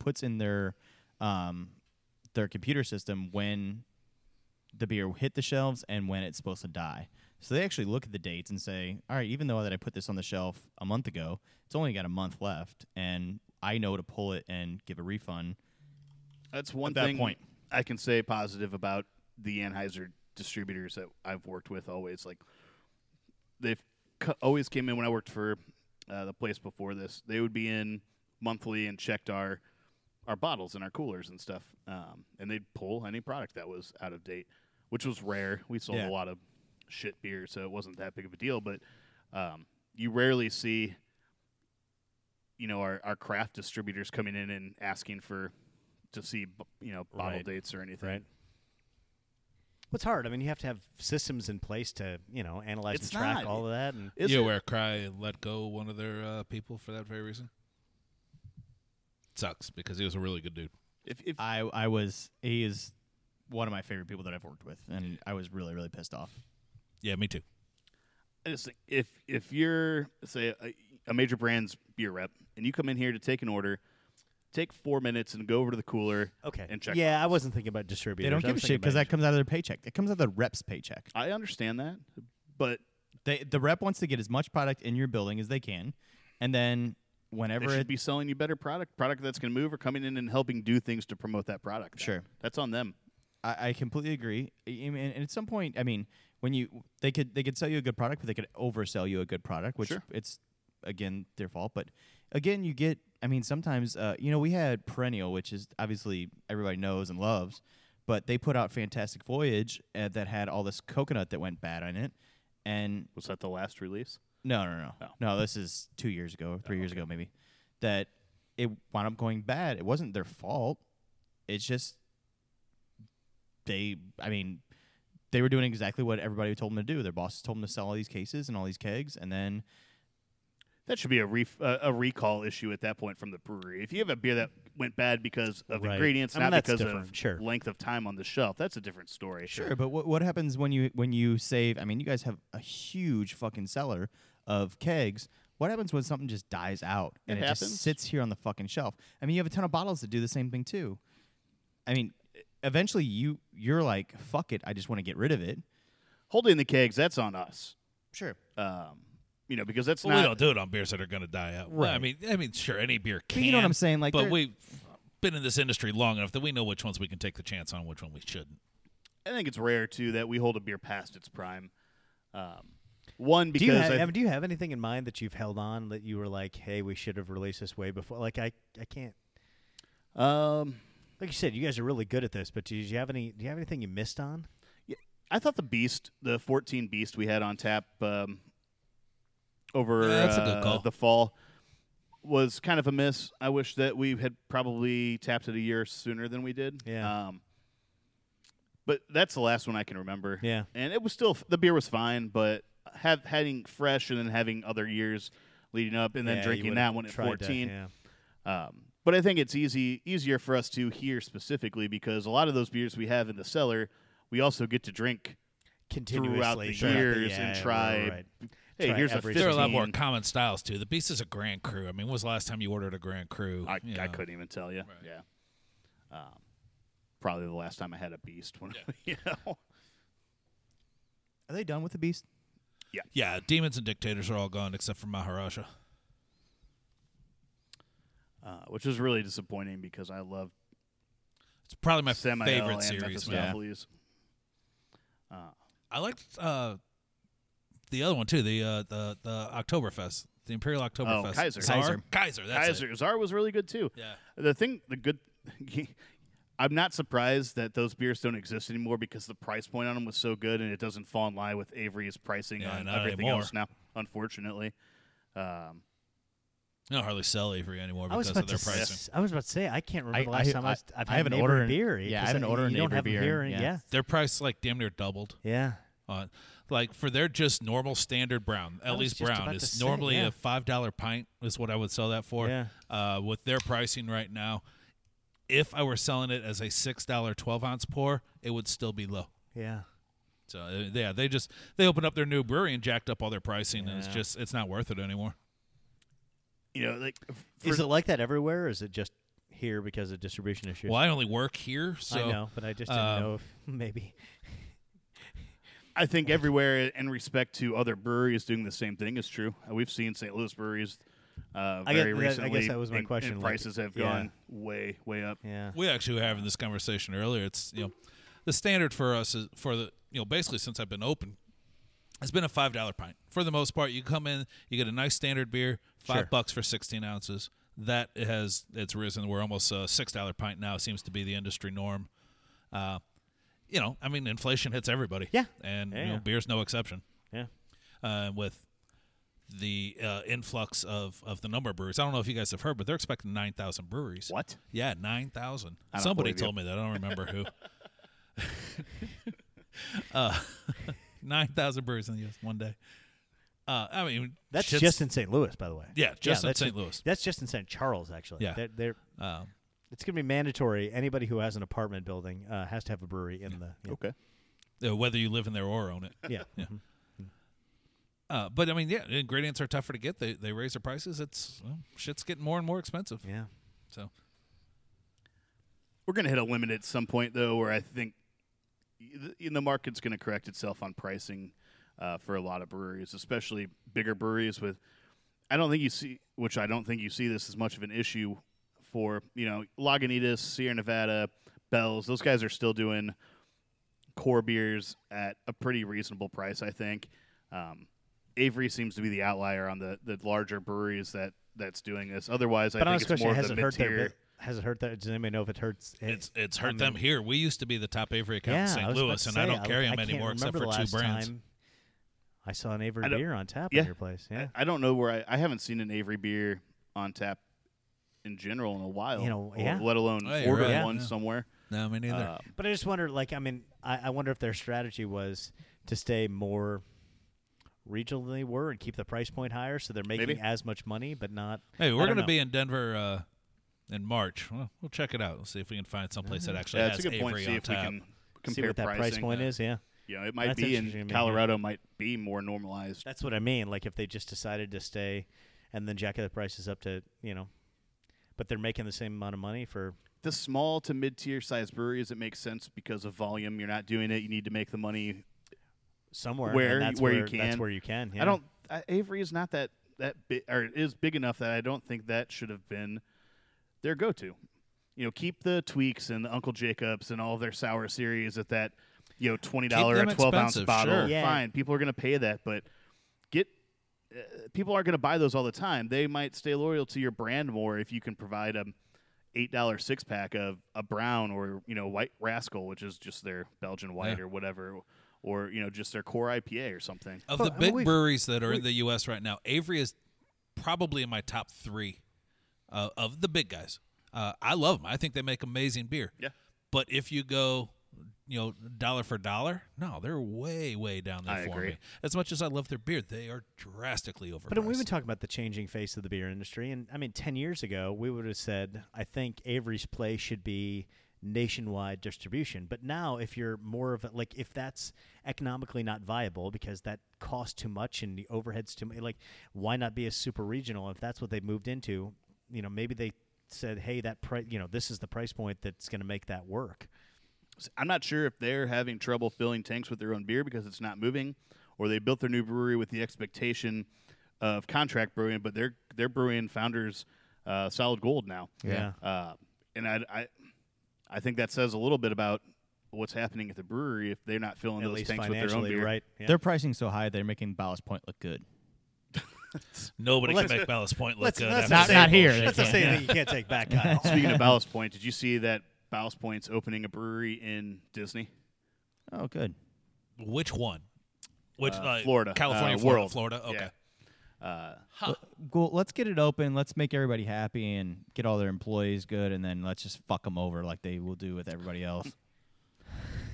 puts in their um, their computer system when the beer hit the shelves and when it's supposed to die. So they actually look at the dates and say, "All right, even though that I put this on the shelf a month ago, it's only got a month left, and I know to pull it and give a refund."
That's one
At that
thing
point.
I can say positive about the Anheuser distributors that I've worked with always. Like they've cu- always came in when I worked for uh, the place before this. They would be in monthly and checked our our bottles and our coolers and stuff, um, and they'd pull any product that was out of date, which was rare. We sold
Yeah.
a lot of shit beer, so it wasn't that big of a deal. But um, you rarely see you know our, our craft distributors coming in and asking for to see b- you know bottle
Right.
dates or anything.
Right. What's hard? I mean, you have to have systems in place to you know analyze
It's
and track
not.
all of that. And
Is
you
it-
aware Cry and let go one of their uh, people for that very reason? Sucks because he was a really good dude.
if, if
I I was he is one of my favorite people that I've worked with, and I was really really pissed off.
Yeah, me too.
I just think if if you're say a, a major brand's beer rep and you come in here to take an order, take four minutes and go over to the cooler
okay.
and check.
yeah, I wasn't thinking about distributors.
They don't
I
give a
was
shit
thinking
because
about
that comes out of their paycheck. It comes out of the rep's paycheck.
I understand that, but
They, the rep wants to get as much product in your building as they can, and then
they
whenever
should
it
be selling you better product, product that's going to move or coming in and helping do things to promote that product.
Sure.
that's on them.
I, I completely agree. I- I mean, and at some point, I mean, when you they could they could sell you a good product, but they could oversell you a good product, which
Sure.
it's again their fault. But again, you get. I mean, sometimes uh, you know we had Perennial, which is obviously everybody knows and loves, but they put out Fantastic Voyage uh, that had all this coconut that went bad on it, and
Was that the last release?
no, no, no,
Oh.
no. This is two years ago, or three years ago, maybe. That it wound up going bad. It wasn't their fault. It's just they. I mean, they were doing exactly what everybody told them to do. Their bosses told them to sell all these cases and all these kegs, and then
That should be a ref- uh, a recall issue at that point from the brewery. If you have a beer that went bad because of
Right.
ingredients,
I mean,
not
that's
because
different,
of
sure.
length of time on the shelf, that's a different story.
Sure, but what what happens when you when you save? I mean, you guys have a huge fucking cellar of kegs. What happens when something just dies out and
It
it,
happens.
just sits here on the fucking shelf? I mean, you have a ton of bottles that do the same thing too. I mean, eventually you you're like, fuck it, I just want to get rid of it.
Holding the kegs, that's on us.
Sure.
Um, you know, because that's
Well, we
not.
don't do it on beers that are going to die out. Well, I
Right.
mean, I mean, sure, any beer can.
But you know what I'm saying, like,
but
there-
we've been in this industry long enough that we know which ones we can take the chance on, which one we shouldn't.
I think it's rare too that we hold a beer past its prime. Um, one
Do
because
you, have,
I,
Evan, do you have anything in mind that you've held on that you were like, hey, we should have released this way before? Like, I, I can't.
um,
Like you said, you guys are really good at this, but do you have any? Do you have anything you missed on?
I thought the beast, the 14 beast we had on tap um, over
Yeah, that's a good
uh,
call.
the fall was kind of a miss. I wish that we had probably tapped it a year sooner than we did.
Yeah.
Um, but that's the last one I can remember.
Yeah.
And it was still the beer was fine, but have having fresh and then having other years leading up and then
Yeah, you
drinking
would've
that one at
tried
14.
To, yeah.
Um, but I think it's easy easier for us to hear specifically because a lot of those beers we have in the cellar, we also get to drink
Continuously
throughout the
throughout
years
yeah,
and
right,
try.
right.
Hey,
Try
here's a
every
15.
There are a lot
15.
more common styles too. The Beast is a Grand Cru. I mean, when was the last time you ordered a Grand Cru?
I,
You
I
know.
couldn't even tell you.
Right.
Yeah. Um, probably the last time I had a beast. When you know.
Are they done with the beast?
Yeah, demons and dictators are all gone except for Maharaja.
Uh, which is really disappointing because I love
It's probably my
Semi
favorite series. Man.
Mephistopheles.
I liked uh, the other one too. The uh, the the Oktoberfest, the Imperial Oktoberfest.
Oh, Kaiser.
Czar?
Kaiser.
Kaiser. That's
Kaiser
It.
Czar was really good too.
Yeah.
The thing, the good. I'm not surprised that those beers don't exist anymore because the price point on them was so good and it doesn't fall in line with Avery's pricing
Yeah,
on
not
everything
anymore.
else now. Unfortunately, um,
No, hardly sell Avery anymore
I was
because
about
of
to.
their
s-
pricing.
I was about to say I can't remember
I-
the last
I-
time I,
I-
was, I've
I
had
haven't
neighbor
ordered-
beer.
yeah, I
'cause
haven't
you
ordered
don't
neighbor
have
beer,
beer. in-
yeah.
yeah,
Their price like damn near doubled.
yeah.
on like for their just normal standard brown
was
ellie's
just
brown
about to
is
say,
normally
yeah.
a five dollar pint is what i would sell that for
Yeah.
uh, with their pricing right now if i were selling it as a six dollar 12 ounce pour it would still be low
Yeah.
so uh, yeah they just they opened up their new brewery and jacked up all their pricing and it's
Yeah.
just it's not worth it anymore
you know, like for
Is it like that everywhere? or Is it just here because of distribution issues?
well i only work here so
I know, but I just didn't
um,
know if maybe.
I think everywhere in respect to other breweries doing the same thing is true. Uh, We've seen St. Louis breweries uh,
I guess-
very
that- I guess
recently.
that was my
and-
question,
And
like,
prices have
yeah.
gone way, way up.
Yeah.
we actually were having this conversation earlier. It's you know, the standard for us is for the you know basically since I've been open, it's been a five dollar pint for the most part. You come in, you get a nice standard beer, five
Sure.
bucks for sixteen ounces. That has it's risen. We're almost a six dollar pint now. Seems to be the industry norm. Uh, you know, I mean, inflation hits everybody.
Yeah.
and you
Yeah.
know, beer's no exception
Yeah.
uh, with the uh, influx of, of the number of breweries. I don't know if you guys have heard, but they're expecting 9,000 breweries.
What?
Yeah, 9,000.
don't
Somebody
believe you.
told me that. I don't remember who. uh, 9,000 breweries in the U.S. one day. Uh, I mean,
That's
shit's-
just in St. Louis, by the way.
Yeah, just in
that's
St. Louis.
That's just in St. Charles, actually.
Yeah.
They're, they're,
um,
it's going to be mandatory. Anybody who has an apartment building uh, has to have a brewery in the. Yeah.
Okay.
uh, whether you live in there or own it.
Yeah. mhm.
Uh, but I mean, yeah, ingredients are tougher to get. They, they raise their prices. It's well, shit's getting more and more expensive.
yeah.
So
We're going to hit a limit at some point, though, where I think y- the- the market's going to correct itself on pricing uh, for a lot of breweries, especially bigger breweries with. I don't think you see, which I don't think you see this as much of an issue for, you know, Lagunitas, Sierra Nevada, Bells. Those guys are still doing core beers at a pretty reasonable price, I think. Um, Avery seems to be the outlier on the, the larger breweries that that's doing this. Otherwise,
But
I
honest
think it's
question:
more
Has
of
it
the
hurt their?
mid-tier.
bu- Has it hurt their? Does anybody know if it hurts?
It's it's hurt
I
them
mean-
here. We used to be the top Avery account in
I
St.
was about
Louis,
to
and I
say,
don't carry them
I can't
anymore except
remember the
for two
last
brands.
time I saw an Avery
I don't-
beer on tap
yeah.
at your place. Yeah,
I, I don't know where I, I haven't seen an Avery beer on tap in general in a while.
You know,
or
yeah.
Let alone
Oh, you're
order
right.
one
Yeah.
somewhere.
No, me neither.
Uh,
but I just wonder. Like, I mean, I, I wonder if their strategy was to stay more regional than they were and keep the price point higher, so they're making
Maybe.
as much money, but not.
hey, we're
don't
going to
know.
be in Denver uh, in March. Well, we'll check it out. We'll see if we can find someplace
Mm-hmm.
that actually
yeah,
has
that's a good
Avery
point. See
on
if
tap.
we can
See
compare
what that price
pricing.
point is. Yeah,
You know, it might
That's
be
interesting to
in
me, yeah.
Colorado might be more normalized.
that's what I mean. Like, if they just decided to stay, and then jacket the prices up to you know, but they're making the same amount of money for
the small to mid tier size breweries, it makes sense because of volume. You're not doing it. You need to make the money.
somewhere and
Where-
that's
where you
That's
can.
where you can.
I
yeah.
don't. I, Avery is not that that big, or it is big enough that I don't think that should have been their go to. You know, keep the tweaks and the Uncle Jacobs and all of their sour series at that you know twenty dollar
them
or twelve ounce
expensive,
bottle.
sure.
Yeah.
Fine, people are going to pay that, but get. Uh, people aren't going to buy those all the time. They might stay loyal to your brand more if you can provide them eight dollar six pack of a brown or you know white rascal, which is just their Belgian white
Yeah.
or whatever, or you know just their core IPA or something.
Of
Well,
the
I mean,
big
we've-
breweries that are in the U.S. right now, Avery is probably in my top three uh, of the big guys. Uh, I love them. I think they make amazing beer.
Yeah.
But if you go, you know, dollar for dollar, no, they're way, way down there
I
for
agree.
me. As much as I love their beer, they are drastically overpriced.
But we've been talking about the changing face of the beer industry, and I mean, ten years ago, we would have said, I think Avery's play should be nationwide distribution. But now, if you're more of a, like, if that's economically not viable because that costs too much and the overheads too much, like, why not be a super regional if that's what they moved into? You know, maybe they said, hey, that price, you know, this is the price point that's going to make that work.
So I'm not sure if they're having trouble filling tanks with their own beer because it's not moving, or they built their new brewery with the expectation of contract brewing, but they're they're brewing founders uh, solid gold now.
Yeah.
Uh, and I, I I think that says a little bit about what's happening at the brewery if they're not filling
At
those
least
tanks with their own
financially,
beer.
right? Yeah.
They're pricing so high they're making Ballast Point look good.
Nobody can make Ballast Point look
let's-
good.
let's
after
not-
that
not here.
bullshit.
That's
That's
the
the same thing you can't take back, Kyle.
Speaking of Ballast Point, did you see that Ballast Point's opening a brewery in Disney?
Oh, good.
Which one? Which
Uh,
uh,
Florida.
California,
Uh,
Florida,
World.
Florida. Okay.
Yeah.
Cool. Let's get it open. Let's make everybody happy and get all their employees good, and then let's just fuck them over like they will do with everybody else.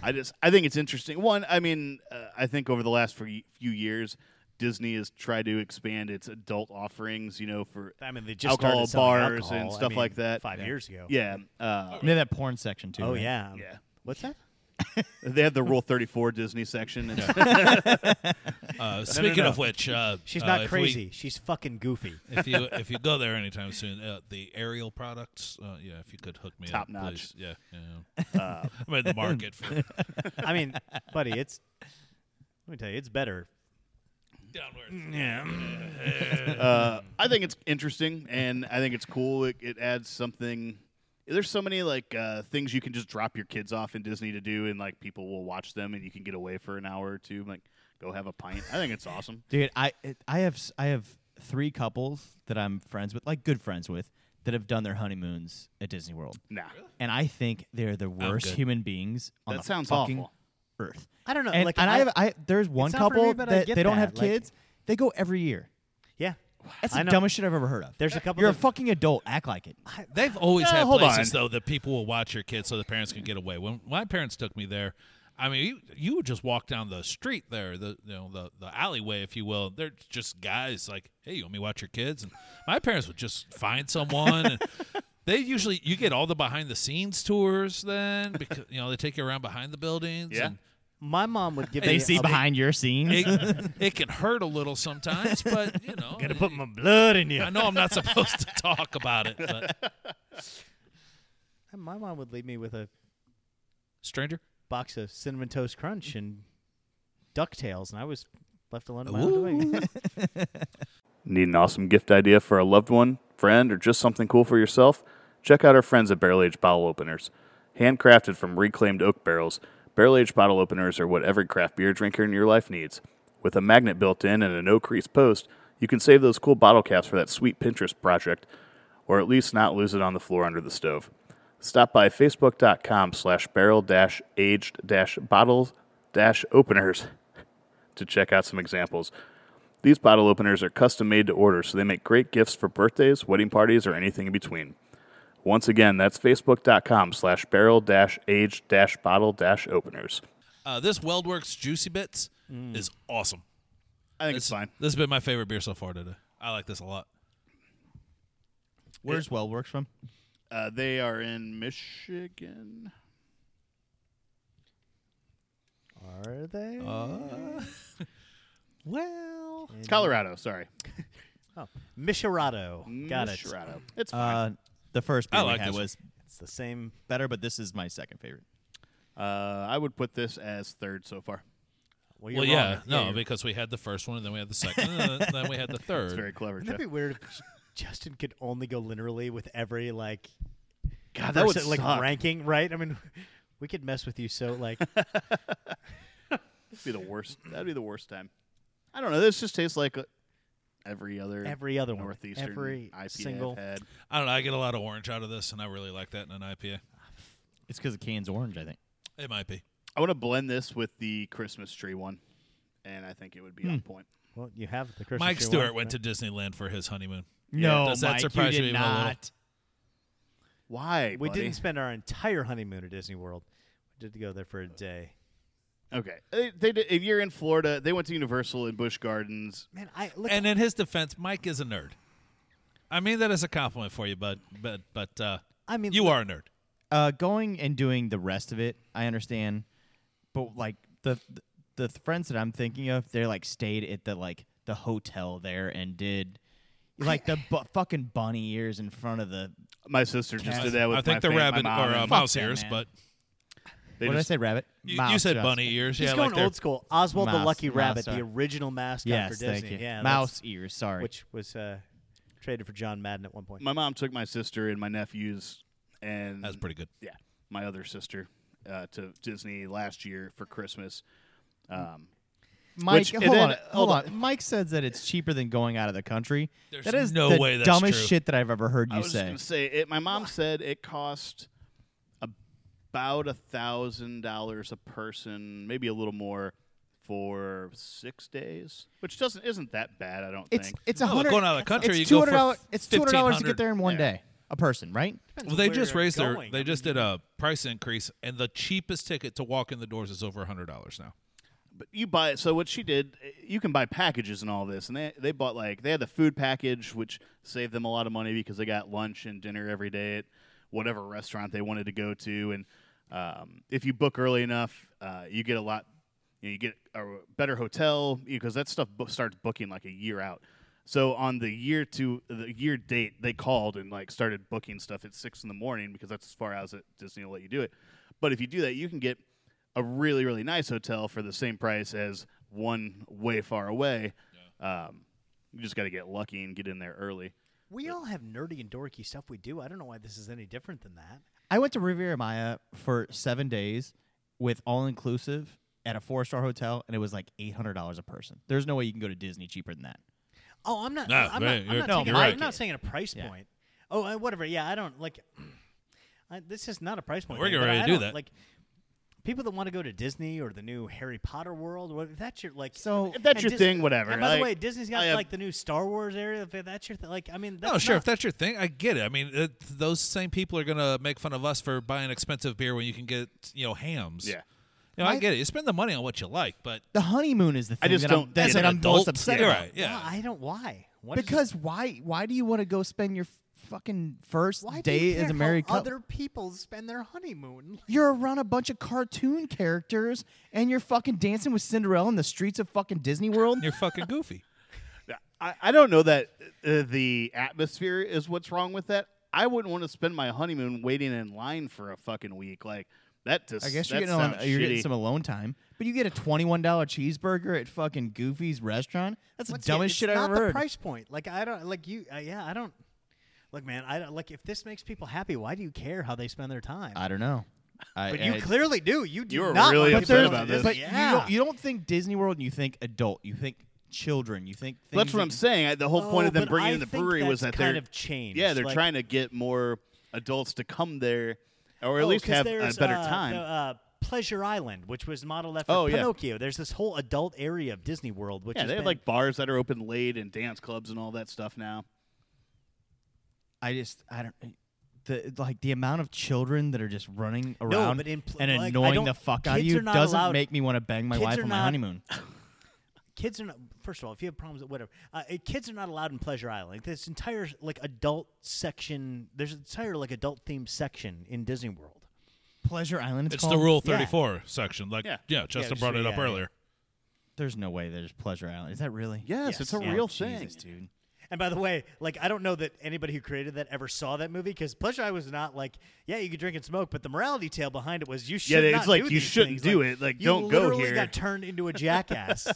I just I think it's interesting. One, I mean, uh, I think over the last few few years, Disney has tried to expand its adult offerings. You know, for
I mean, they just
Alcohol
started selling
bars and
alcohol, I
stuff
mean,
like that.
Five
Yeah.
years ago.
yeah, uh,
And they have that porn section too.
Oh
right?
yeah.
yeah.
What's that?
They have the Rule Thirty Four Disney section. It's-
Uh, speaking of which, uh,
She's
uh,
not
if we-
crazy. She's fucking goofy.
if you if you go there anytime soon, uh, the aerial products, uh, yeah, if you could hook me
Top
up,
notch. Uh,
please. Yeah, yeah. I'm in the market for
I mean, buddy, it's. Let me tell you, it's better.
downward.
Yeah.
uh, I think it's interesting, and I think it's cool. It, it adds something. There's so many like uh, things you can just drop your kids off in Disney to do, and like people will watch them, and you can get away for an hour or two, like go have a pint. I think it's awesome.
dude. I it- I have s- I have three couples that I'm friends with, like good friends with, that have done their honeymoons at Disney World,
Nah,
and I think they're the worst
Oh, good.
human beings on
That
the
sounds
fucking
awful.
earth.
I don't know,
And,
like,
and I,
I-
have, I there's one
not for me,
couple
but I
that
get
they don't
that,
have
like-
kids. they go every year.
Yeah.
That's
I
the
know.
dumbest shit I've ever heard of.
There's a couple
You're a
that-
fucking adult. Act like it.
They've always
Yeah,
had
hold
places
on.
though that people will watch your kids so the parents can get away. When my parents took me there, I mean, you, you would just walk down the street there, the you know the the alleyway, if you will. They're just guys like, hey, you want me to watch your kids? And my parents would just find someone. and They usually you get all the behind the scenes tours then because you know they take you around behind the buildings
Yeah.
and
My mom would give
They
me.
see
a,
behind your scenes.
it, it can hurt a little sometimes, but you know,
Gonna put my blood in you.
I know I'm not supposed to talk about it, but
My mom would leave me with a
stranger.
box of cinnamon toast crunch and Ducktales, and I was left alone on my own doing.
Need an awesome gift idea for a loved one, friend, or just something cool for yourself? Check out our friends at Barrel Age Bottle Openers. Handcrafted from reclaimed oak barrels, Barrel aged bottle openers are what every craft beer drinker in your life needs. With a magnet built in and a no crease post, you can save those cool bottle caps for that sweet Pinterest project, or at least not lose it on the floor under the stove. Stop by facebook.com slash barrel dash aged dash bottles dash openers to check out some examples. These bottle openers are custom made to order, so they make great gifts for birthdays, wedding parties, or anything in between. Once again, that's facebook.com slash barrel dash age dash bottle dash openers.
Uh, this Weldworks Juicy Bits is awesome.
I think
This- This has been my favorite beer so far today. I like this a lot.
Where's Well Works from?
Uh, they are in Michigan.
Are they?
Well,
Colorado, sorry.
oh, Michirado. Got it.
Colorado. It's fine.
Uh, the first
I
beer we
like
had
this
was
It's the same.
better, but this is my second favorite.
Uh, I would put this as third so far.
Well, you're
well,
wrong.
yeah, no,
you're-
because we had the first one, and then we had the second, and then- then we had the
It's very
third.
clever,
Wouldn't
Jeff.
that be weird if Justin could only go literally with every like
God, that would
person, like
suck.
ranking, right? I mean, we could mess with you so like
That'd be the worst. That'd be the worst time. I don't know. This just tastes like uh, every other
every other one,
northeastern
every
IPA I've
single.
had.
I don't know. I get a lot of orange out of this, and I really like that in an IPA.
It's because the can's orange, I think.
It might be.
I want to blend this with the Christmas tree one, and I think it would be on point.
Well, you have the Christmas
Mike
tree
Stewart
one,
went
right?
to Disneyland for his honeymoon.
No,
does that
Mike,
surprise
you
you
did
even a little?
not.
Why?
We
buddy?
didn't spend our entire honeymoon at Disney World. We did go there for a day.
Okay, they, they did, if you're in Florida, they went to Universal and Busch Gardens.
Man, I look.
And in his defense, Mike is a nerd. I mean that as a compliment for you, but but but uh,
I mean,
you are a nerd.
Uh, going and doing the rest of it, I understand, but like the the friends that I'm thinking of, they like stayed at the like the hotel there and did like the bu- fucking bunny ears in front of the.
My sister just
I,
did that with
I think
my
the
fam- my
rabbit
mom
or uh,
and-
mouse
that
ears,
man.
but
they
what did I
just-
say? Rabbit.
you, you
Mouse,
said
yes.
bunny ears.
He's
yeah,
going
like they're-
old school. Oswald the
Mouse-
Lucky
mouse,
Rabbit,
sorry.
the original mascot
Yes,
for Disney.
thank you.
Yeah, that's-
Mouse ears. Sorry.
which was uh, traded for John Madden at one point.
My mom took my sister and my nephews and
That's pretty good.
yeah, my other sister uh, to Disney last year for Christmas. Um,
Mike,
Which- and
hold,
then-
on,
hold
hold
on.
on. Mike says that it's cheaper than going out of the country.
There's
that is
no
the
way that's
dumbest
true.
shit that I've ever heard
I
you
was just
say.
gonna say it. My mom said it cost about a thousand dollars a person, maybe a little more, for six days, which doesn't isn't that bad. I don't
It's
think.
it's a
No,
hundred.
Oh, going out of the country,
It's
you
two
go for
hundred dollars. It's two hundred dollars to
1,500.
get there in one
Yeah.
day. A person, right?
Well, they
where
just
you're
raised their.
going.
They
I
just did a price increase, and the cheapest ticket to walk in the doors is over hundred dollars now.
but you buy so what she did you can buy packages and all this and they they bought like they had the food package which saved them a lot of money because they got lunch and dinner every day at whatever restaurant they wanted to go to and um, if you book early enough uh, you get a lot you, know, you get a better hotel because that stuff bo- starts booking like a year out so on the year to the year date they called and like started booking stuff at six in the morning because that's as far as at disney will let you do it but if you do that you can get a really really nice hotel for the same price as one way far away. Um, you just got to get lucky and get in there early.
We all have nerdy and dorky stuff we do. I don't know why this is any different than that.
I went to Riviera Maya for seven days with all inclusive at a four star hotel, and it was like eight hundred dollars a person. There's no way you can go to Disney cheaper than that.
Oh, I'm not.
No,
I'm,
man,
not I'm
you're-
not.
no,
saying,
you're right.
I'm not saying a price point. Oh, uh, whatever. Yeah, I don't like. I, this is not a price point.
We're
thing,
getting
but
ready
I
to do
don't,
that.
Like people that want to go to Disney or the new Harry Potter world, or whatever, that's your like.
So
If that's
and
your
Dis-
thing, whatever.
And by
Like,
the way, Disney's got
I have-
like the new Star Wars area. If that's your thing, like, I mean, that's
No, Oh, sure.
not-
If that's your thing, I get it. I mean, it, those same people are gonna make fun of us for buying expensive beer when you can get you know hams.
Yeah.
You know, I
My-
get it. You spend the money on what you like, but
the honeymoon is the thing
just
that
don't
I'm, that,
get
that
it.
I'm
adult-
most upset
You're
about.
right. Yeah.
Why- I don't. Why? What is it-
Because why? Why do you want to go spend your fucking first
why do you
day
care
as a
how
married couple?
Other people spend their honeymoon.
You're around a bunch of cartoon characters, and you're fucking dancing with Cinderella in the streets of fucking Disney World.
you're fucking goofy.
I, I don't know that uh, the atmosphere is what's wrong with that. I wouldn't want to spend my honeymoon waiting in line for a fucking week. Like that just
I guess you're
that
getting, on,
sounds
you're
shitty.
getting some alone time, but you get a twenty-one dollar cheeseburger at fucking Goofy's restaurant. That's the
Once again,
dumbest
it's
shit I
not
ever
the
heard.
price point. Like I don't like you. Uh, yeah, I don't. Look, man, I don't, like if this makes people happy. Why do you care how they spend their time?
I don't know. I,
But you
I-
clearly do. You do
You were
not
really
want to
but
upset
there's-
play
about
with
this.
but
yeah.
you, don't, you don't think Disney World and you think adult. You think children. You think things
That's what
that
I'm
you-
saying. I, the whole point
Oh,
of them
but
bringing
I
in the
think
brewery was
that's
that they're
kind of changed.
Yeah, they're
Like-
trying to get more adults to come there, or at
Oh,
least
'cause
have a
there's,
better
uh,
time.
the, uh, Pleasure Island, which was modeled after
Oh, yeah.
Pinocchio. There's this whole adult area of Disney World, which
yeah,
has
they have
been-
like bars that are open late and dance clubs and all that stuff now.
I just I don't the like the amount of children that are just running
No,
around
but in pl-
and
like, I
annoying
don't-
the fuck out of
kids
you
are not
doesn't
allowed-
make me want to bang my
kids
wife
are
on my
not-
honeymoon.
kids are not. First of all, if you have problems, whatever, uh, eh, kids are not allowed in Pleasure Island. Like this entire like adult section. There's an entire like adult themed section in Disney World.
Pleasure Island. It's,
It's
called?
the Rule
Yeah.
34 section. Like,
Yeah.
yeah, Justin
just-
brought it up
yeah, yeah.
earlier.
There's no way there's Pleasure Island. Is that really?
Yes,
Yes.
it's a
Yeah.
real thing.
Jesus, dude.
And by the way, like I don't know that anybody who created that ever saw that movie because Pleasure Island was not like, yeah, you could drink and smoke, but the morality tale behind it was you should
Yeah, it's
not
like,
do
you
these things.
shouldn't do it. Like,
you
don't go
literally
here.
Got turned into a jackass.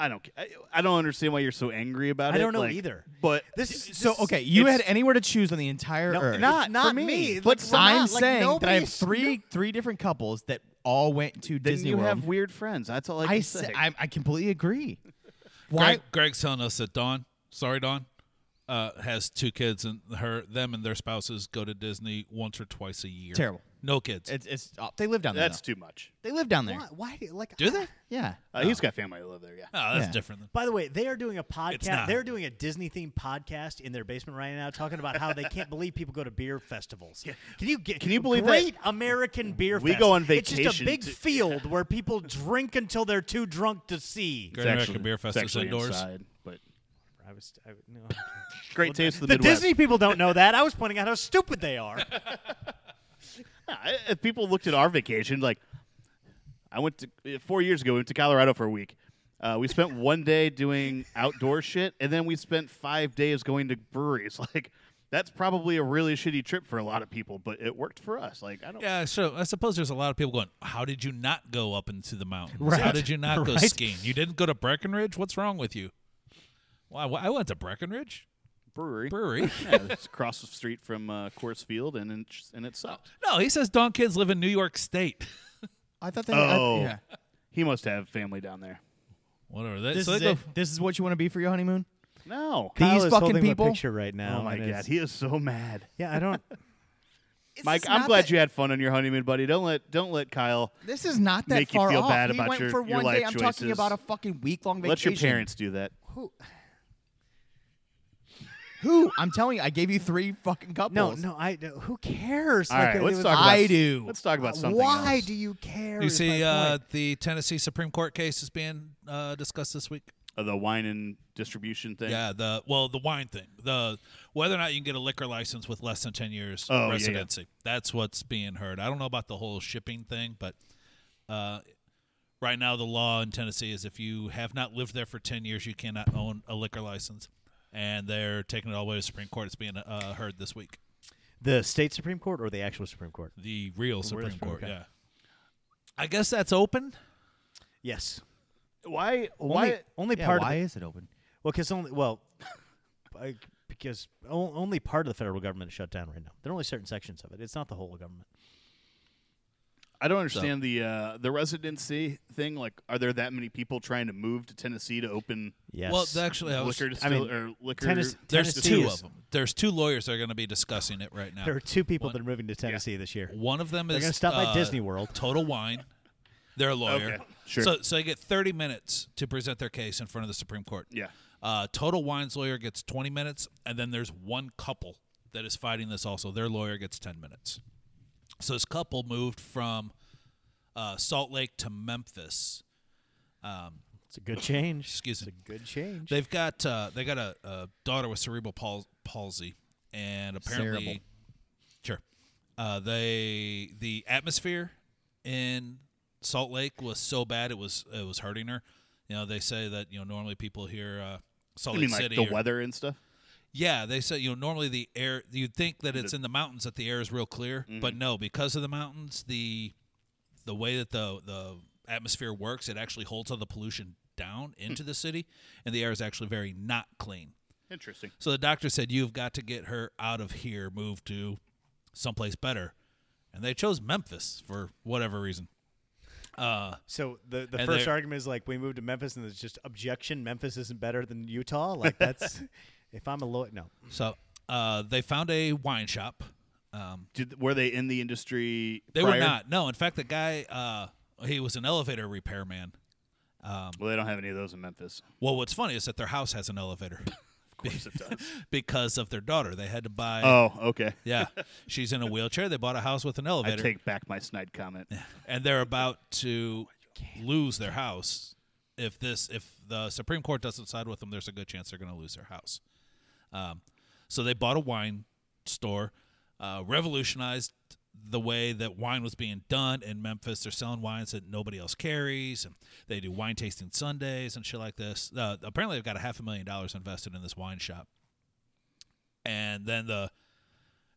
I don't. ca- I, I don't understand why you're so angry about
I
it.
don't know
like,
either.
But
This is
So
this is-
okay, you
it's-
had anywhere to choose on the entire
No,
earth.
not,
for
not
me.
me.
but
Like, we're
I'm
not- like,
saying that I have
nobody's-
three three different couples that all went to
then
Disney
you
World.
have weird friends. That's all I can
I,
say.
s- I I completely agree. Why?
Greg, Greg's telling us that Dawn, sorry, Dawn, uh, has two kids, and her, them, and their spouses go to Disney once or twice a year.
Terrible.
No kids.
It's it's oh, they live down there.
That's
though.
too much.
they live down there.
Why? why do, like,
Do they?
Yeah.
Uh, He's got family that live there. Yeah.
Oh, that's
Yeah.
different. Than,
By the way, they are doing a podcast.
not.
They're doing a Disney themed podcast in their basement right now, talking about how they can't believe people go to beer festivals. Can you get?
Can you believe that
great American beer?
we
fest.
go on
It's just a
vacation
big
to-
field where people drink until they're too drunk to see.
Great American Beer Fest is indoors.
inside, but
I was, I, no.
great taste of
the
the, Midwest.
Disney people don't know that. I was pointing out how stupid they are.
I- if people looked at our vacation, like I went to uh, four years ago, we went to Colorado for a week. Uh, we spent one day doing outdoor shit, and then we spent five days going to breweries. Like that's probably a really shitty trip for a lot of people, but it worked for us. Like I don't.
Yeah, so I suppose there's a lot of people going, How did you not go up into the mountains? How
Right.
did you not go
Right.
skiing? You didn't go to Breckenridge? What's wrong with you? Why? why- I went to Breckenridge
brewery.
Brewery.
yeah, it's across the street from uh, Coors Field, and it, and it sucked.
no, he says Don kids live in New York State.
I thought they.
Oh.
I, yeah.
He must have family down there.
Whatever. That,
This
so they
is
go-
it. This is what you want to be for your honeymoon.
No.
These
Kyle is
fucking
holding
people?
A picture right now.
oh my
and
god,
it's-
he is so mad.
yeah, I don't.
Mike, I'm glad you had fun on your honeymoon, buddy. Don't let don't let Kyle
This is not that
make you
far
feel
off.
bad
He
about
went
your-
for
your
one day.
life
I'm talking
choices.
about a fucking week long vacation.
let your parents do that.
Who? I'm telling you, I gave you three fucking
No,
couples.
no, I. Who cares?
All
Like,
right,
it
let's
was-
talk about
I
s-
do.
Let's talk about something.
Why
else.
do you care?
you
is my
see uh,
point.
the Tennessee Supreme Court case is being uh, discussed this week?
Uh, the wine and distribution thing?
Yeah, the well, the wine thing, the whether or not you can get a liquor license with less than ten years
Oh, yeah, yeah.
residency. That's what's being heard. I don't know about the whole shipping thing, but uh, right now the law in Tennessee is if you have not lived there for ten years, you cannot own a liquor license, and they're taking it all the way to the Supreme Court. It's being uh, heard this week.
The state supreme court or the actual supreme court?
The
Oh,
real Supreme
Supreme
Court.
Court.
Yeah, I guess that's open.
Yes.
Why? Why?
Only, only part
why
of it.
is it open?
Well, because only well, I- because o- only part of the federal government is shut down right now. There are only certain sections of it. It's not the whole government.
I don't understand the uh, the residency thing. Like, are there that many people trying to move to Tennessee to open
Yes.
Well, actually, I was,
liquor
I
distill
mean,
or liquor?
Tennes-
there's
Tennessee
two
is-
of them. There's two lawyers that are going to be discussing it right now.
there are two people that are moving to Tennessee this year.
One of them is
gonna stop by
uh,
Disney World.
Total Wine. They're a lawyer.
Okay, sure.
So, so they get 30 minutes to present their case in front of the Supreme Court.
Yeah.
Uh, Total Wine's lawyer gets 20 minutes, and then there's one couple that is fighting this also. Their lawyer gets 10 minutes. So this couple moved from uh, Salt Lake to Memphis.
It's a good change.
Excuse me.
Good change.
They've got uh, they got a, a daughter with cerebral pal- palsy, and apparently,
Cerebral.
sure, uh, they the atmosphere in Salt Lake was so bad it was it was hurting her. You know, they say that you know normally people here uh, Salt
I mean,
Lake
like
City,
the
or-
weather and stuff.
yeah, they say you know normally the air you'd think that it's in the mountains that the air is real clear, but no, because of the mountains, the the way that the the atmosphere works, it actually holds all the pollution down into the city, and the air is actually very not clean.
Interesting.
So the doctor said, You've got to get her out of here, move to someplace better, and they chose Memphis for whatever reason. Uh,
So the, the
And
first
they're-
argument is like we moved to Memphis and there's just objection. Memphis isn't better than Utah. Like that's if I'm a lawyer, no.
so uh, they found a wine shop. Um,
Did, were they in the industry?
they were
prior?
not. No, in fact, the guy uh, he was an elevator repairman.
Well, they don't have any of those in Memphis.
Well, what's funny is that their house has an elevator. of course it does. because of their daughter. They had to buy.
Oh, okay.
Yeah. She's in a wheelchair. They bought a house with an
I
elevator.
take back my snide comment.
and they're about to lose their house. If this, if the Supreme Court doesn't side with them, there's a good chance they're going to lose their house. Um, so they bought a wine store, uh, revolutionized the way that wine was being done in Memphis. They're selling wines that nobody else carries, and they do wine tasting Sundays and shit like this. Uh, apparently, they've got a half a million dollars invested in this wine shop, and then the,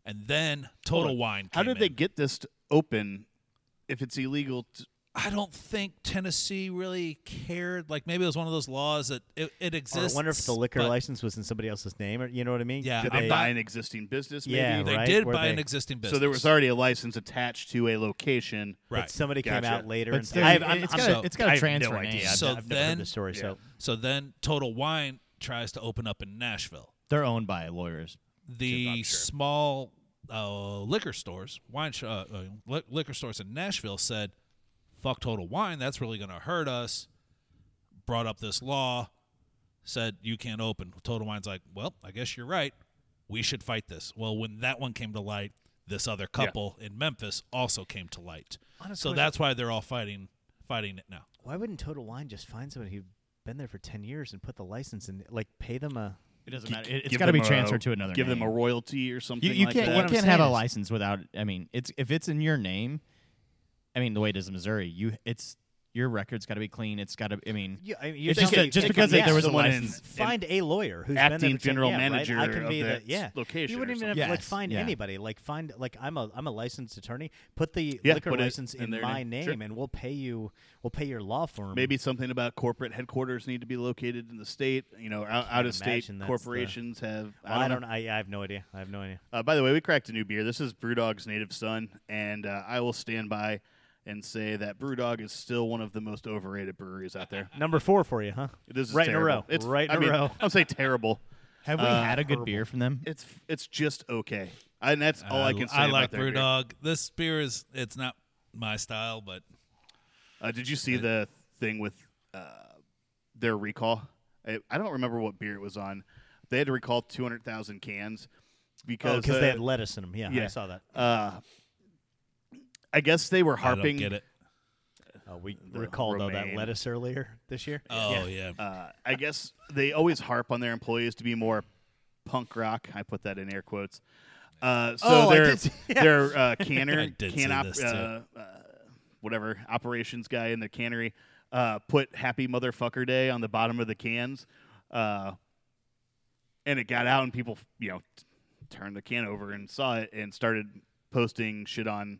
and then Total Wine.
How
came
did they
in.
get this to open if it's illegal? To,
I don't think Tennessee really cared. Like maybe it was one of those laws that it, it
Or I
exists.
Oh, wonder if the liquor
but
license was in somebody else's name or you know what I mean?
Yeah,
Did
did they
Uh, I'm
buy
not-
an existing business? Maybe?
Yeah,
They
right?
did
Were
buy an
they-
existing business,
So there was already a license attached to a location.
but
right.
somebody came
Gotcha.
out later
But
and
still,
I
it-
I'm-
it's
I'm
got
so-
a, it's got
I
a
have no
transfer
idea.
name.
So
I've never heard
then-
this story. So
so then Total Wine tries to open up in Nashville.
They're owned by lawyers.
The small uh, liquor stores, wine sh- uh, uh, li- liquor stores in Nashville said, "Fuck Total Wine. That's really going to hurt us." Brought up this law, said you can't open. Total Wine's like, "Well, I guess you're right. We should fight this." Well, when that one came to light, this other couple in Memphis also came to light.
Honest
so
question.
that's why they're all fighting fighting it now.
why wouldn't Total Wine just find somebody who'd been there for ten years and put the license and like pay them a
It doesn't matter. It, has
Give
got to be
them a-
transferred to another.
Give them a
name.
royalty or something.
You, you
like
can't
that.
you
I'm
can't have
saying is-
a license without. I mean, it's if it's in your name. I mean, the way it is in Missouri, you it's your record's got to be clean. It's got to. I mean,
Yeah, I mean, you're
it's just,
telling
a,
me-
just
it
because
could-
there was a
someone in-
license.
find a lawyer who's
acting
been there for 10
general
yeah, right?
manager
I can
of
be the,
that
yeah.
location
You wouldn't
or
even have to,
something.
like
Yes,
find
yeah.
anybody. Like find like I'm a I'm a licensed attorney. Put the
Yeah,
liquor
put it
license
in
in,
their
my
name.
name,
Sure.
and we'll pay you. We'll pay your law firm.
Maybe something about corporate headquarters need to be located in the state. You know, out, out of state
imagine that's the-
corporations have.
Well, I don't.
know.
I, I have no idea. I have no idea.
Uh, by the way, we cracked a new beer. This is Brewdog's Native Son, and uh, I will stand by and say that Brewdog is still one of the most overrated breweries out there.
Number four for you, huh?
This Uh, is
right in a
terrible.
row.
It's
right in
I
a
mean,
row.
I'll say terrible.
Have we
Uh,
had a good beer from them?
It's it's just okay, and that's all I can say.
I
about
like
their beer.
BrewDog. This beer is it's not my style, but
Uh, did you see the thing with uh, their recall? I, I don't remember what beer it was on. They had to recall 200,000 cans because
Oh, because
uh,
they had lettuce in them. Yeah,
yeah.
I saw that.
uh, I guess they were
I
harping.
don't get it.
Oh, we recalled all that
romaine.
lettuce earlier this year.
Oh yeah.
Uh, I guess they always harp on their employees to be more punk rock. I put that in air quotes. Uh, so
Oh, I
their
did see-
their uh, canner
I did
can
see
op-
this, too.
uh, uh, whatever operations guy in the cannery uh, put Happy Motherfucker Day on the bottom of the cans, uh, and it got out and people you know t- turned the can over and saw it and started posting shit on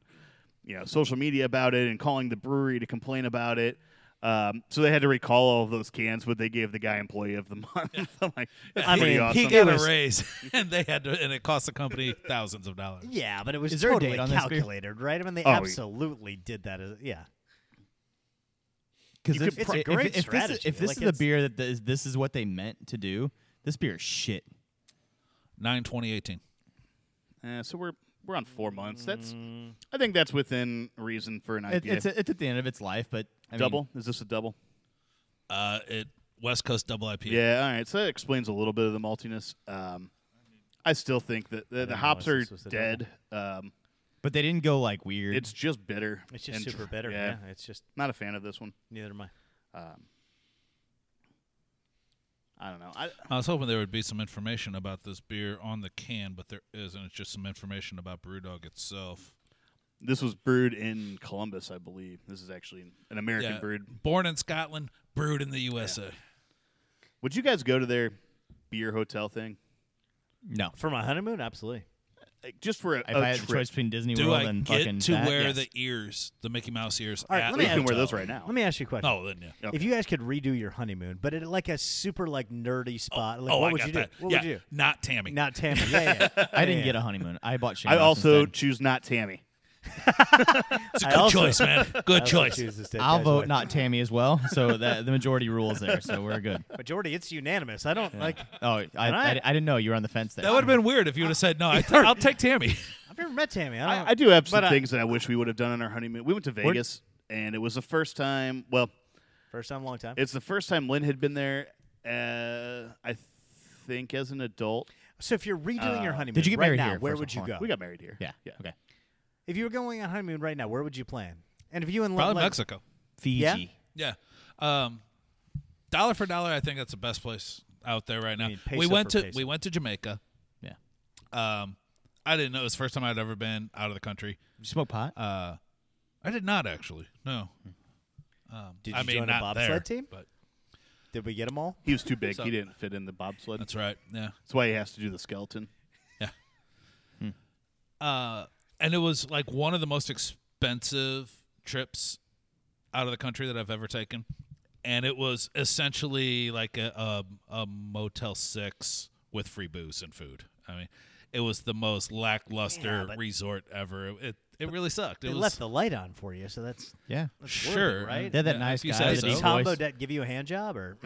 you know social media about it and calling the brewery to complain about it. Um, so they had to recall all of those cans, but they gave the guy employee of the month. I'm like, that's
I
pretty
mean,
awesome.
he got
was-
a raise, and they had to, and it cost the company thousands of dollars.
Yeah, but it was
Is there a
totally
date on this beer?
calculated, right? I mean, they
Oh, yeah.
absolutely did that. As, yeah.
Because
You
if,
could
if,
pro-
if-
great
if this,
strategy.
if this
Like,
is
it's-
the beer that th- this is what they meant to do, this beer is shit.
Nine twenty eighteen.
Uh, so we're we're on four months. That's I think that's within reason for an
It,
IPA.
it's, it's at the end of its life, but I
double.
Mean,
Is this a double?
Uh, it West Coast Double IPA.
Yeah. All right. So that explains a little bit of the maltiness. Um, I still think that the, the
didn't
hops are
realize this was a
dead. Um,
but they didn't go like weird.
it's just bitter.
It's just
and
super
dr-
bitter. Yeah. it's just
Not a fan of this one.
neither am I.
Um, I don't know. I,
I was hoping there would be some information about this beer on the can, but there isn't. It's just some information about BrewDog itself.
this was brewed in Columbus, I believe. This is actually an American
Yeah.
brewed.
Born in Scotland, brewed in the USA.
Would you guys go to their beer hotel thing?
no.
For my honeymoon, absolutely.
like, just for a,
If
a
I had
trip.
the choice between Disney
Do
World
I
and fucking
get to
that,
wear
yes.
the ears, the Mickey Mouse ears?
All right,
at
let
we
me
the
ask
can wear
hotel?
those right now.
Let me ask you a question.
Oh, then yeah.
Yeah.
If you guys could redo your honeymoon, but at like a super like nerdy spot, like
oh,
what
I
would
got
you
that.
do? What
yeah,
would you do?
not Tammy.
Not Tammy. Yeah, yeah.
I didn't get a honeymoon. I bought.
I
Shane Ross
also
instead.
choose not Tammy.
it's a
I
good
also-
choice, man. Good choice.
I'll vote not Tammy as well. So that the majority rules there. So we're good.
Majority, it's unanimous. I don't like.
Oh, I, I,
right.
I didn't know you were on the fence there.
That would have been weird if you would have said no. I i I'll take Tammy.
I've never met Tammy. I, don't,
I, I do have some
Oh. but I-
things that I wish we would have done on our honeymoon. We went to Vegas, and it was the first time. Well,
First time, in a long time.
it's the first time Lynn had been there. Uh, I think as an adult,
so if you're redoing
Uh,
your honeymoon,
did you get
right
married
now,
here,
where
first
would
of
you
all?
go?
we got married here.
Yeah.
yeah.
Okay.
If you were going on honeymoon right now, where would you plan? And if you and
Probably
like,
Mexico.
Fiji.
Yeah?
Yeah. Um, dollar for dollar, I think that's the best place out there right now.
mean peso
We went
for
to
peso.
we went to Jamaica.
Yeah.
Um, I didn't know it was the first time I'd ever been out of the country.
You smoke pot?
Uh, I did not actually. No. Um,
Hmm. Did
I
you
mean,
join a
not
bobsled
there,
team?
But
Did we get them all?
He was too big.
So-
he didn't fit in the bobsled.
that's right. Yeah.
That's why he has to do the skeleton.
Uh, and it was like one of the most expensive trips out of the country that I've ever taken. And it was essentially like a, a, a Motel 6 with free booze and food. I mean, it was the most lackluster resort ever. It it really sucked. It
They
was
left the light on for you, so that's
yeah.
worth it,
sure,
right?
They're that
Yeah,
nice
if you
guy
say
that
so.
he's-
Tom
voice.
Bodette give you a hand job or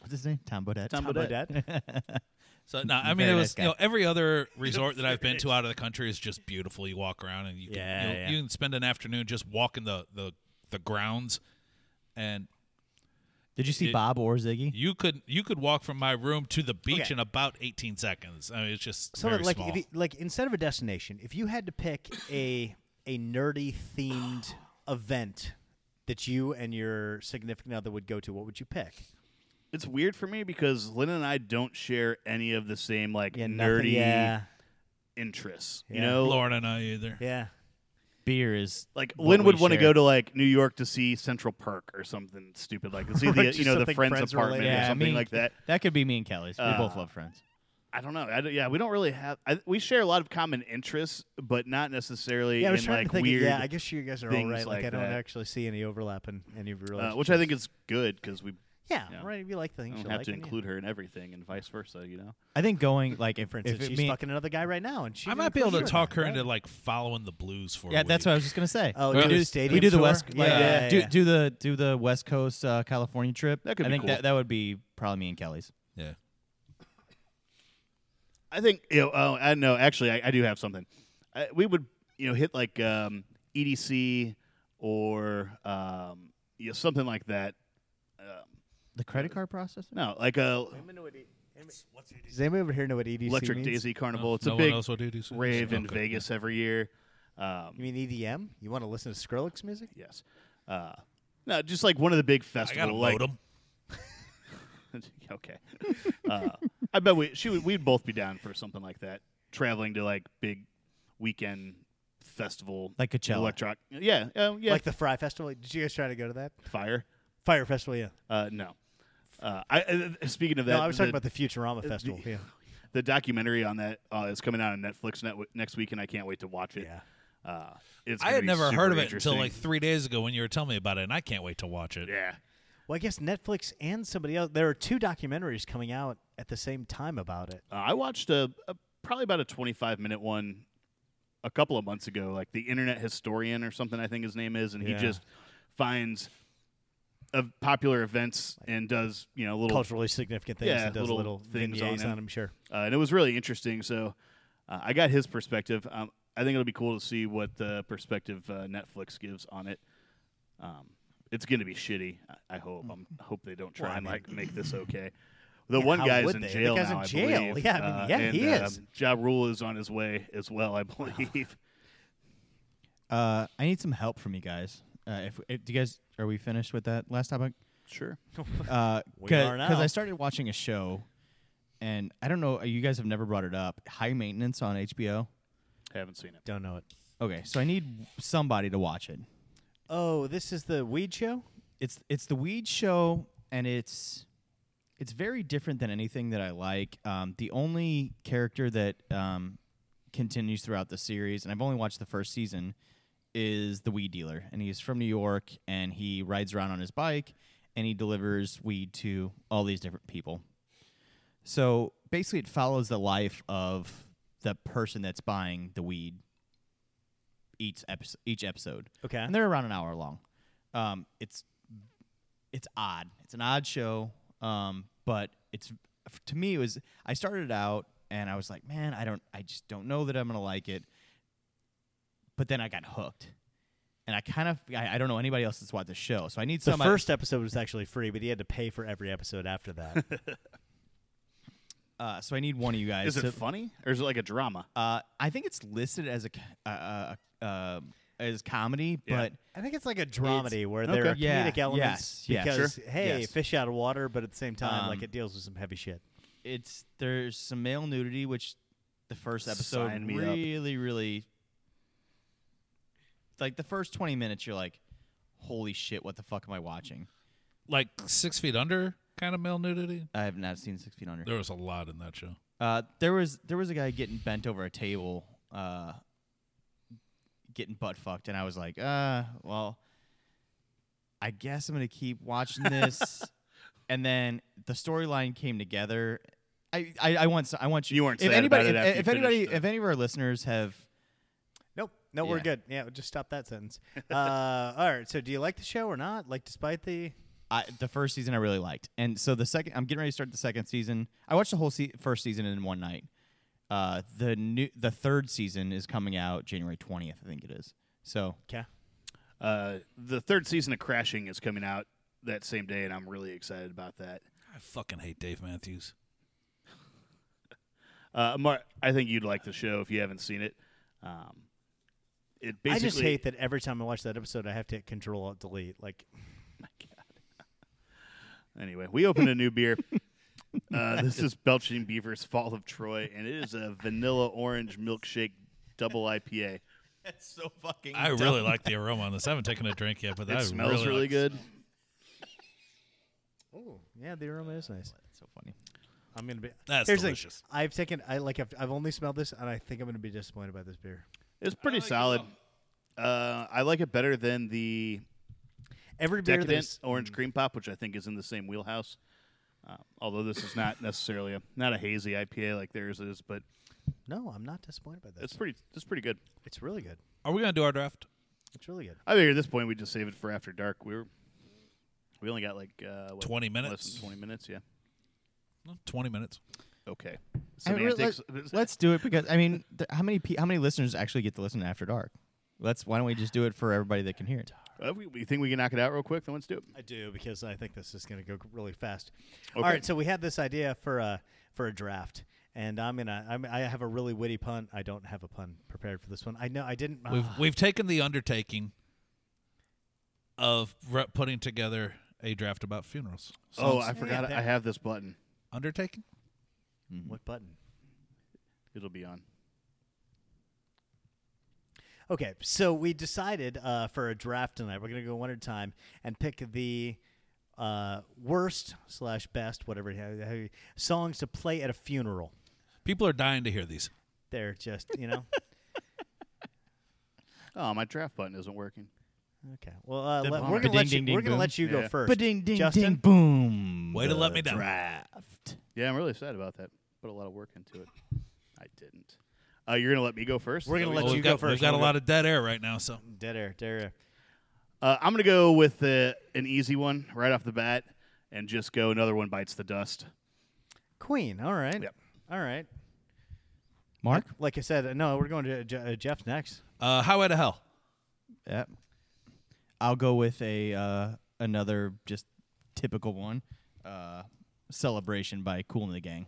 What's his name? Tom Bodette.
Tom
Tom
Bodette.
Bodette?
So no, I mean
Very
it
nice
was
guy.
you know every other resort that I've been to out of the country is just beautiful. You walk around and you can
Yeah,
you, know,
yeah.
you can spend an afternoon just walking the the the grounds, and
Did you see
It-
Bob or Ziggy?
you could you could walk from my room to the beach
Okay.
in about 18 seconds. I mean it's just
So
very
like
small.
if you, like instead of a destination, if you had to pick a a nerdy themed event that you and your significant other would go to, what would you pick?
It's weird for me because Lynn and I don't share any of the same like
nothing-
nerdy
yeah,
interests. You
Yeah.
know,
Lauren and I either.
yeah.
Beer is
like
what
Lynn
we
would want to
share.
go to like New York to see Central Park or something stupid like see the
just
you know the
something
Friends,
Friends
apartment
related.
or
Yeah,
something
me-
like that.
That could be me and Kelly's. we
Uh,
both love Friends.
I don't know. I don't, yeah, we don't really have. I, we share a lot of common interests, but not necessarily
Yeah, I was
in
trying
like
to think.
weird. uh,
yeah, I guess you guys are all
things
right. Like,
like
I don't
that.
actually see any overlap in any of your
uh,
relationships.
which I think is good because we
yeah,
yeah.
right. You like the things
don't
you
have
like
to
and yeah.
include her in everything, and vice versa. You know,
I think going like if,
For
if
instance,
it
she's
me,
fucking another guy right now, and she
I might be able to talk her into like following the blues for.
yeah,
a
that's
week.
what I was just gonna say.
Oh,
Well,
do
we
the
do
stadium
we do the
tour?
West,
Yeah,
like,
yeah, yeah.
do do the do the West Coast uh, California trip.
That could
I
be
think
cool.
that that would be probably me and Kelly's.
Yeah.
I think you know. Oh, I know. Actually, I, I do have something. I, we would you know hit like um, EDC or um, you know, something like that. Um,
The credit card processor.
no, like a
Does anybody over here know what EDC
Electric
E means?
Daisy Carnival. it's
no
a
one E
big
else will do this.
rave in
Okay.
Vegas every year. Um,
You mean EDM? You want to listen to Skrillex music?
yes. Uh, no, just like one of the big
I
festivals.
got a
like,
modem.
okay. Uh, I bet we she would, we'd both be down for something like that. Traveling to like big weekend festival
Like Coachella.
electronic. Yeah, uh, yeah.
Like the Fry Festival? Did you guys try to go to that?
fire.
Fire Festival, yeah.
Uh, no. Uh, I uh, speaking of that,
no, I was talking
the,
about the Futurama Festival. yeah.
the documentary on that uh, is coming out on Netflix net- next week, and I can't wait to watch it.
Yeah.
Uh, it's
I
gonna
had
be
never
super
heard of it until
interesting.
like three days ago when you were telling me about it, and I can't wait to watch it.
yeah.
Well, I guess Netflix and somebody else. There are two documentaries coming out at the same time about it.
Uh, I watched a, a probably about a 25 minute one a couple of months ago, like the internet historian or something. I think his name is, and
Yeah.
he just finds of popular events and does you know little, uh,
Culturally significant things
yeah,
and does
little
little
things on
vignettes
it.
on them, sure.
Uh, and it was really interesting. So uh, I got his perspective. Um, I think it'll be cool to see what the perspective uh, Netflix gives on it. Um, it's going to be shitty. I, I hope. I'm, I hope they don't try
Mm. Well, I
and
mean-
like make this okay. The
Yeah,
one
how
guy is
would
in
they? The
jail
guy's
now,
in
I
jail.
believe.
Yeah, I mean,
Uh,
yeah,
and,
he is.
Um, ja Rule is on his way as well, I believe.
Uh, I need some help from you guys. Uh, if, if do you guys are we finished with that last topic?
sure.
Uh,
We are now.
because I started watching a show, and I don't know. You guys have never brought it up. High Maintenance on HBO.
Haven't seen it.
Don't know it.
Okay, so I need somebody to watch it.
Oh, this is the Weed Show?
It's it's the Weed Show, and it's it's very different than anything that I like. Um, the only character that um, continues throughout the series, and I've only watched the first season, is the weed dealer, and he's from New York, and he rides around on his bike, and he delivers weed to all these different people. So basically, it follows the life of the person that's buying the weed each episode. Each episode,
Okay.
and they're around an hour long. Um, it's it's odd. It's an odd show, um, but it's f- to me it was. I started out and I was like, man, I don't, I just don't know that I'm gonna like it. But then I got hooked, and I kind of, I, I don't know anybody else that's watched the show, so I need
the
somebody.
first episode was actually free, but he had to pay for every episode after that.
uh, so I need one of you guys.
Is it
to,
funny or is it like a drama?
Uh, I think it's listed as a c- uh, uh, uh, as comedy,
Yeah.
but
I think it's like a dramedy where there
okay.
are comedic
Yeah,
elements
yes, yeah,
because
sure.
hey,
Yes.
fish out of water, but at the same time, like
Um,
it deals with some heavy shit.
it's there's some male nudity, which the first episode
Sign me up.
really, really like the first twenty minutes you're like, Holy shit, what the fuck am I watching?
Like Six Feet Under kind of male nudity.
I have not seen Six Feet Under.
There was a lot in that show.
Uh there was there was a guy getting bent over a table, uh getting butt fucked, and I was like, uh, well, I guess I'm gonna keep watching this. and then the storyline came together. I, I, I want s- I want you.
You weren't
if
sad
anybody
about it
if-
after you
if anybody
finished it.
if any of our listeners have
Nope. No, we're
Yeah.
good. Yeah, just stop that sentence. uh, all right. So, do you like the show or not? Like, despite the
I, the first season I really liked, and so the second I'm getting ready to start the second season. I watched the whole se- first season in one night. Uh, the new the third season is coming out January twentieth, I think it is. So
okay,
Uh, the third season of Crashing is coming out that same day, and I'm really excited about that.
I fucking hate Dave Matthews.
Uh, Mark, I think you'd like the show if you haven't seen it. Um, it basically
I just hate that every time I watch that episode, I have to hit Control Alt Delete. Like,
Anyway, we opened a new beer. Uh, this is Belching Beaver's Fall of Troy, and it is a vanilla orange milkshake double IPA.
that's so fucking.
I really like the aroma on this. I haven't taken a drink yet, but
It
that
smells really,
like-
good.
oh yeah, the aroma is nice.
so funny.
I'm gonna be.
That's
here's the thing.
delicious.
I've taken. I like. I've, I've only smelled this, and I think I'm gonna be disappointed by this beer.
It's pretty solid. Uh, I like it better than the
Every beer
decadent Oh.
that's
orange cream pop, which I think is in the same wheelhouse. Uh, although this is not necessarily a not a hazy IPA like theirs is, but
no, I'm not disappointed by this.
it's
It's,
pretty it's pretty good.
really good.
Are we gonna do our draft?
It's really good.
I figure at this point we just save it for after dark. We were we only got like uh, what,
20
Less
minutes?
than twenty minutes, yeah.
No, Twenty minutes.
Okay.
I really-
Semantics.
Let's do it because I mean, th- how many pe- how many listeners actually get to listen to After Dark? Let's why don't we just do it for everybody that can hear it?
Uh, we, we think we can knock it out real quick. Then let's do it.
I do because I think this is going to go really fast. All
Okay.
right, so we had this idea for a for a draft, and I'm gonna I'm, I have a really witty pun. I don't have a pun prepared for this one. I know I didn't.
We've
ah,
we've taken the undertaking of re- putting together a draft about funerals.
oh,
Sounds-
I forgot.
that-
I have this button.
undertaking.
what button?
It'll be on.
Okay, so we decided uh, for a draft tonight. We're gonna go one at a time and pick the uh, worst slash best whatever it ha- ha- songs to play at a funeral.
People are dying to hear these.
They're just you know.
Oh, my draft button isn't working.
okay, well uh,
The
let-
bummer.
we're gonna let you
Ba-ding, ding,
we're gonna
ding,
let you go
Yeah.
first.
But ding ding
Justin?
ding boom.
Way to let me
The
down.
Draft.
Yeah, I'm really sad about that. Put a lot of work into it. I didn't. Uh, you're gonna let me go first.
We're
Is
gonna
that
let
what
we've
you
got,
go first.
We've got a
We'll
lot
go-
of dead air right now, so
Dead air, dead air.
Uh, I'm gonna go with uh, an easy one right off the bat, and just go another one bites the dust.
Queen. All right.
Yep.
All right.
Mark.
Like I said, uh, no, we're going to uh, Je- uh, Jeff next.
uh, highway to hell.
Yep. I'll go with a uh, another just typical one. Uh, celebration by Cool and the Gang.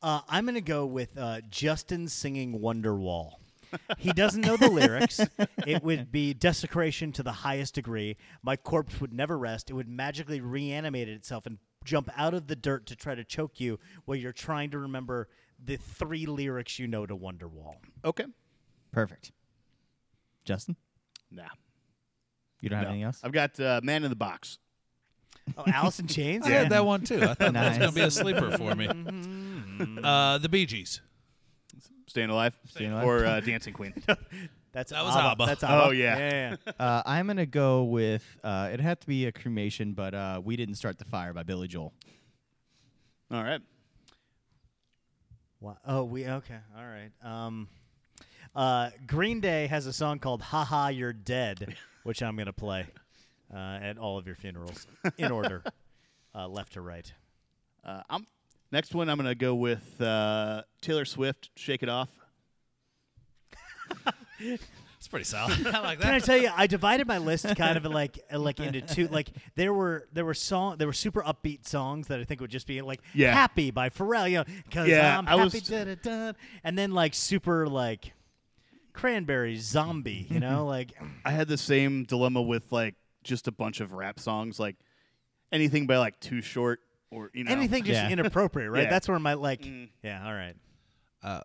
Uh, I'm going to go with uh, Justin singing Wonderwall. he doesn't know the lyrics. It would be desecration to the highest degree. My corpse would never rest. It would magically reanimate itself and jump out of the dirt to try to choke you while you're trying to remember the three lyrics you know to Wonderwall.
Okay.
Perfect. Justin,
Nah.
you don't have
No.
anything else?
I've got uh, Man in the Box.
Oh, Alice in Chains?
I had that one too. I thought that was
Nice.
Mm-hmm.
gonna be a sleeper for me. Uh, the Bee Gees.
Staying alive,
Staying Alive.
or uh, Dancing Queen.
That's
That was
ABBA.
ABBA.
That's
Oh,
ABBA.
yeah.
yeah, yeah.
Uh, I'm gonna go with uh, it had to be a cremation, but uh, we didn't start the fire by Billy Joel.
All right.
Wha- Oh, we okay. All right. Um, uh, Green Day has a song called "Ha Ha You're Dead," which I'm gonna play uh, at all of your funerals in order, uh, left to right.
Uh, I'm next one. I'm gonna go with uh, Taylor Swift. Shake it off.
It's pretty solid. I like
Can I
that.
tell you? I divided my list kind of like uh, like into two. Like there were there were song there were super upbeat songs that I think would just be like
Yeah.
"Happy" by Pharrell, you know, because
Yeah,
I'm
I was-
happy. da, da, da. And then like super like Cranberry Zombie, you know, like
I had the same dilemma with like just a bunch of rap songs, like anything by like Too Short or you know
anything just
Yeah.
inappropriate, right?
Yeah. Mm.
That's where my like yeah, all right,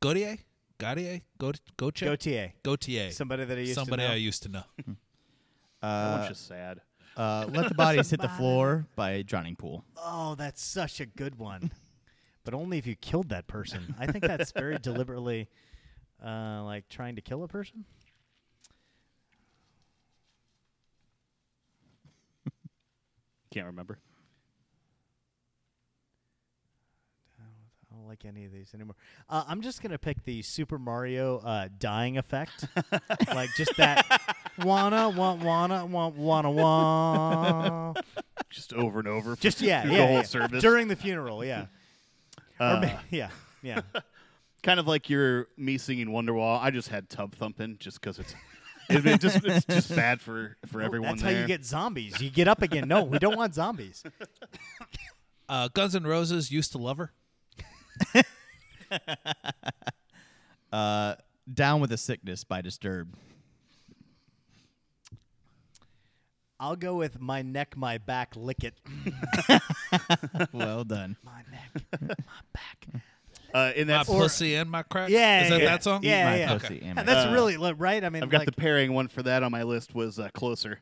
Gautier? Gautier? Go
go
Gautier?
TA.
Gautier.
Somebody that I used
Somebody
to know.
I used to know.
That one's
Uh,
just sad.
uh, Let the bodies hit the floor by Drowning Pool.
oh, that's such a good one, but only if you killed that person. I think that's very deliberately uh, like trying to kill a person.
Can't remember.
I don't like any of these anymore. Uh, I'm just gonna pick the Super Mario uh, dying effect, like just that wanna want wanna want wanna want.
Just over and over.
Just yeah,
through
yeah,
the whole
yeah.
service. Uh,
during the funeral, yeah, or, ma- yeah, yeah.
kind of like your me singing Wonderwall. I just had tub thumping just because it's it, it just it's just bad for for everyone.
That's
there.
how you get zombies. You get up again. No, we don't want zombies.
Uh, Guns N' Roses used to love her.
Uh, Down with the sickness by Disturbed.
I'll go with my neck, my back, lick it.
Well done.
My neck, my back.
Uh, and
My
that's
pussy and my crack.
Yeah,
Is that
yeah,
that song?
Yeah,
My
yeah.
pussy and
Yeah,
my-
that's
Uh,
really li- right. I mean,
I've got the
like-
pairing one for that on my list was uh, closer.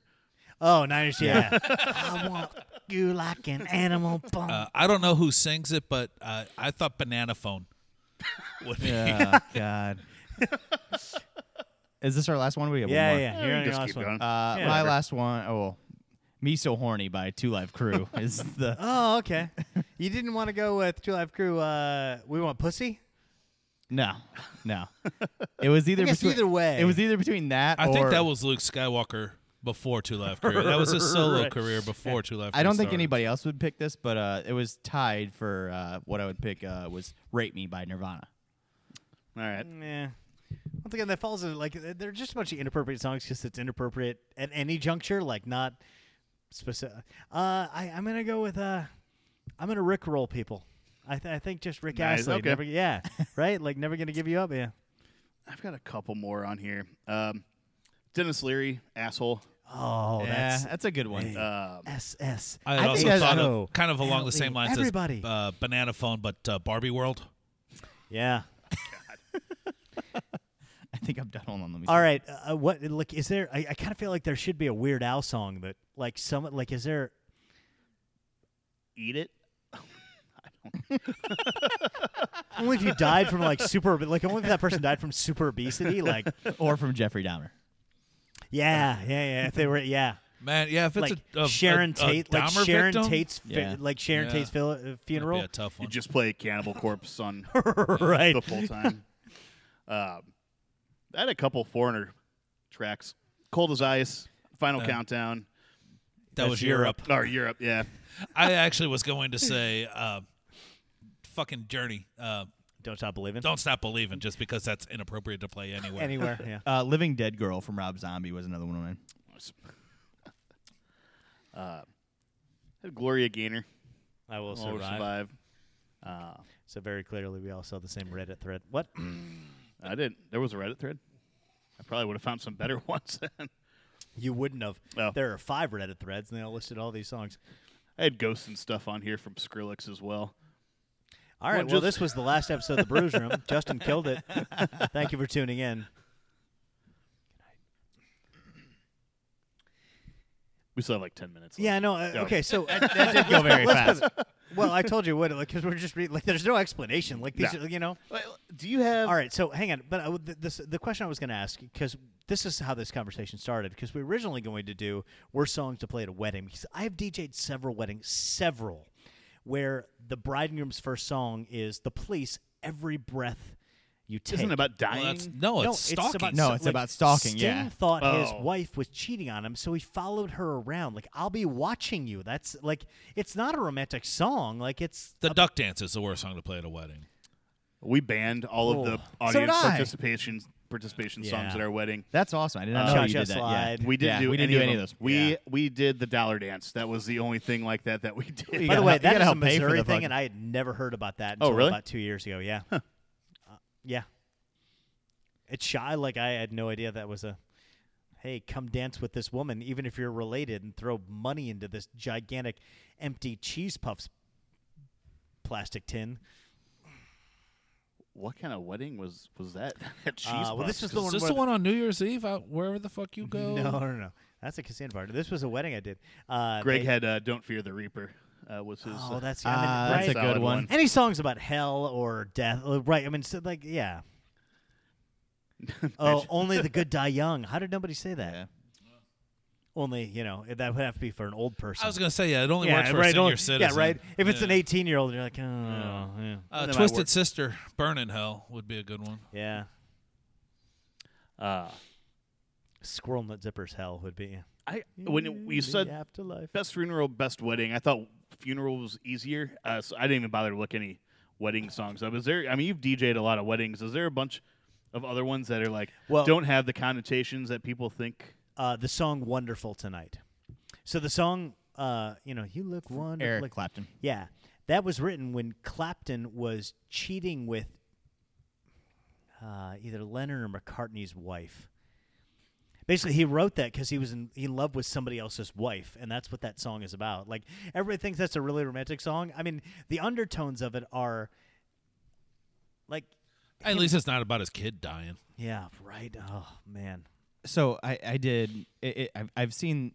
oh, Niners. Yeah, I want you like an animal. Bump.
Uh, I don't know who sings it, but uh, I thought Banana Phone would be.
Oh, God. Is this our last one? We have
yeah,
one more.
yeah.
we
You're
can
on your
just
last
keep
one.
going.
Uh,
Yeah.
my
Whatever.
last one. Oh, well, me so horny by Two Live Crew is the.
Oh, okay. you didn't want to go with Two Live Crew. Uh, we want pussy.
No, no. It was either
guess
between,
either way.
It was either between that.
I think
or-
that was Luke Skywalker before Two Live Crew. That was his solo career before Two Live Crew.
I don't think
started.
anybody else would pick this, but uh, it was tied for uh, what I would pick uh, was "Rape Me" by Nirvana.
All right.
Yeah. Once again, that falls into like th- they're just a bunch of inappropriate songs because it's inappropriate at any juncture, like not specific. Uh, I, I'm gonna go with uh, I'm gonna Rickroll people. I, th- I think just Rick
Nice,
Astley.
okay.
Never, yeah, right. Like never gonna give you up. Yeah.
I've got a couple more on here. Um, Dennis Leary, asshole.
Oh,
yeah, that's a good one. Uh,
Um,
that's SS.
I,
I think
also
that's-
thought
oh,
of kind of along the same
Ellie,
lines
everybody.
as uh, Banana Phone, but uh, Barbie World.
Yeah.
I think I've done one on them.
All right. Uh, uh, what like is there? I, I kind of feel like there should be a Weird Al song that like some like is there?
eat it.
Only if you died from like super, like only if that person died from super obesity. Like,
or from Jeffrey Dahmer.
yeah, yeah, yeah. If they were, yeah,
Man, yeah, if it's
like
a, a
Sharon
a,
Tate,
a
like
Dahmer
Sharon
victim,
Tate's, fi-
Yeah.
like Sharon
Yeah.
Tate's fil- uh,
that'd be
funeral,
a tough
You
one.
just play Cannibal Corpse on
right?
the full time. um, I had a couple foreigner tracks. Cold as Ice, Final
Uh.
Countdown.
that was Europe.
Or Europe, yeah.
I actually was going to say, uh, fucking Journey. Uh,
Don't stop believing.
don't stop believing, just because that's inappropriate to play anywhere.
Anywhere, yeah.
Uh, "Living Dead Girl" from Rob Zombie was another one. of mine.
Had Gloria Gaynor.
I will
All Will
survive.
survive.
So very clearly, we all saw the same Reddit thread. What?
I didn't. There was a Reddit thread. I probably would have found some better ones. then.
You wouldn't have.
Oh.
There are five Reddit threads, and they all listed all these songs.
I had ghosts and stuff on here from Skrillex as well.
All right.
Well,
Well,
just-
this was the last episode of the Bruise Room. Justin killed it. Thank you for tuning in.
We still have like ten minutes.
Yeah,
left.
no. Uh,
Yeah.
Okay, so
That did go very fast.
well, I told you what, because we're just re- like, there's no explanation. Like these,
No.
are you know.
Well, Do you have?
All right, so hang on, but I, would- th- this the question I was going to ask because this is how this conversation started because we were originally going to do were songs to play at a wedding because I have DJed several weddings, several, where the bride and groom's first song is "The Police." Every breath you take
Isn't it about dying?
Well, that's, no, it's stalking.
about-
No, it's about stalking,
Sting
yeah.
thought his
Oh.
wife was cheating on him, so he followed her around. Like, I'll be watching you. That's like, it's not a romantic song. Like, it's
the duck dance is the worst song to play at a wedding.
we banned all of the
Oh.
So did
audience
I.
participation participation
Yeah.
songs at our wedding.
That's awesome. I did not
Uh,
know you
Cha-Cha
did that. Yeah.
Slide.
We didn't
Yeah,
do
we didn't
any
do
of
any
them.
of those.
We
Yeah.
we did the dollar dance. That was the only thing like that that we did.
You
by the
gotta
way,
help- you
that
gotta
is a
help pay for the
Missouri thing,
fucking-
and I had never heard about that
Oh,
until
really?
about two years ago. Yeah, uh, yeah. It's shy. Like I had no idea that was a. Hey, come dance with this woman, even if you're related, and throw money into this gigantic empty cheese puffs plastic tin.
what kind of wedding was was that? That cheese
Uh, well,
puff.
this is the
Is
one
this
where
the one on New Year's Eve? Out wherever the fuck you go.
No, no, no. That's a casino party. This was a wedding I did. Uh,
Greg
they-
had uh, "Don't Fear the Reaper" uh, was his.
Oh,
uh,
that's. I mean,
Ah,
right?
that's a good
Solid
one.
one.
Any songs about hell or death? uh, Right. I mean, so like, yeah. oh, only the good die young. How did nobody say that?
Yeah.
Only you know that would have to be for an old person.
I was gonna say yeah, it only
yeah,
works for
right,
a senior
only-
citizen.
Yeah, right. If it's an
Yeah.
18 year old, you're like, oh, yeah.
uh,
That might work.
Twisted Sister, Burn in Hell would be a good one.
yeah.
uh,
Squirrel nut zippers hell would be.
I when you
The
said
afterlife.
best funeral, best wedding. I thought funeral was easier, uh, so I didn't even bother to look any wedding songs up. Is there? I mean, you've DJ'd a lot of weddings. Is there a bunch of other ones that are like
Well-
don't have the connotations that people think?
Uh, the song "Wonderful Tonight." So the song, uh, you know, you look wonderful.
Eric
like-
Clapton.
Yeah, that was written when Clapton was cheating with uh, either Lennon or McCartney's wife. Basically, he wrote that because he was in, in love with somebody else's wife, and that's what that song is about. Like everybody thinks that's a really romantic song. I mean, the undertones of it are like,
At least it's not about his kid dying.
yeah, right. Oh man,
so I, I did. It, it, I've, I've seen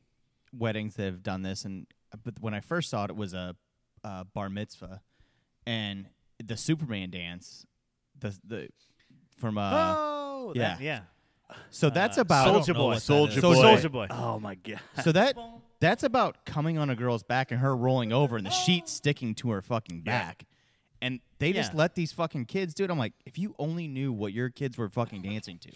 weddings that have done this, and but when I first saw it, it was a, uh bar mitzvah, and the Superman dance, the the from uh,
oh
yeah.
that- yeah.
so that's
Uh,
about
Soulja Boy.
Soulja
Boy.
Soldier Boy.
Oh my god!
so that that's about coming on a girl's back and her rolling over and the sheet sticking to her fucking back. And they just
Yeah.
let these fucking kids do it. I'm like, if you only knew what your kids were fucking dancing to.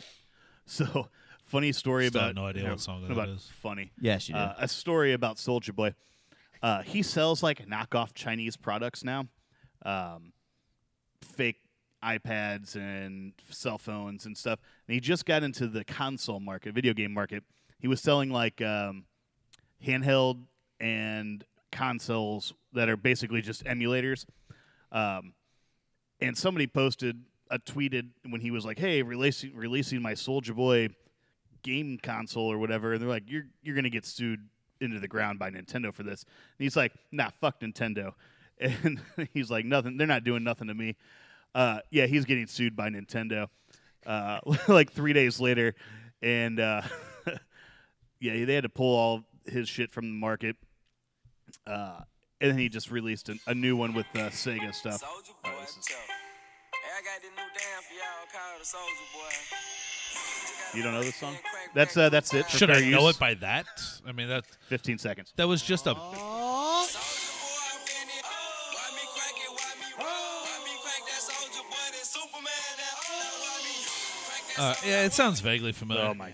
So funny story
Still have
about
no idea
you know,
what song that
about
is.
funny.
Yes, you do.
Uh, a story about Soldier Boy. Uh, he sells like knockoff Chinese products now, um, fake iPads and cell phones and stuff. And he just got into the console market, video game market. He was selling like um, handheld and consoles that are basically just emulators. Um, and somebody posted a tweeted when he was like, "Hey, releasing releasing my Soldier Boy game console or whatever," and they're like, "You're you're gonna get sued into the ground by Nintendo for this." And he's like, "Nah, fuck Nintendo," and he's like, "Nothing. They're not doing nothing to me." Uh, yeah, he's getting sued by Nintendo. Uh, like three days later, and uh, yeah, they had to pull all his shit from the market. Uh, and then he just released a, a new one with uh, Sega stuff.
Soldier boy, tough. Hey, I got this new damn for y'all called the Soldier Boy.
You don't know this song? That's uh, that's it. For
Should
fair
I know
use.
it by that? I mean that
Fifteen seconds.
that was just a uh,
Soldier Boy, I'm finna. Why me crack it? Why me roll? Why me crack that Soldier Boy? That Superman? That Now why me crack that
uh,
Soulja
yeah. It sounds vaguely familiar.
Oh my!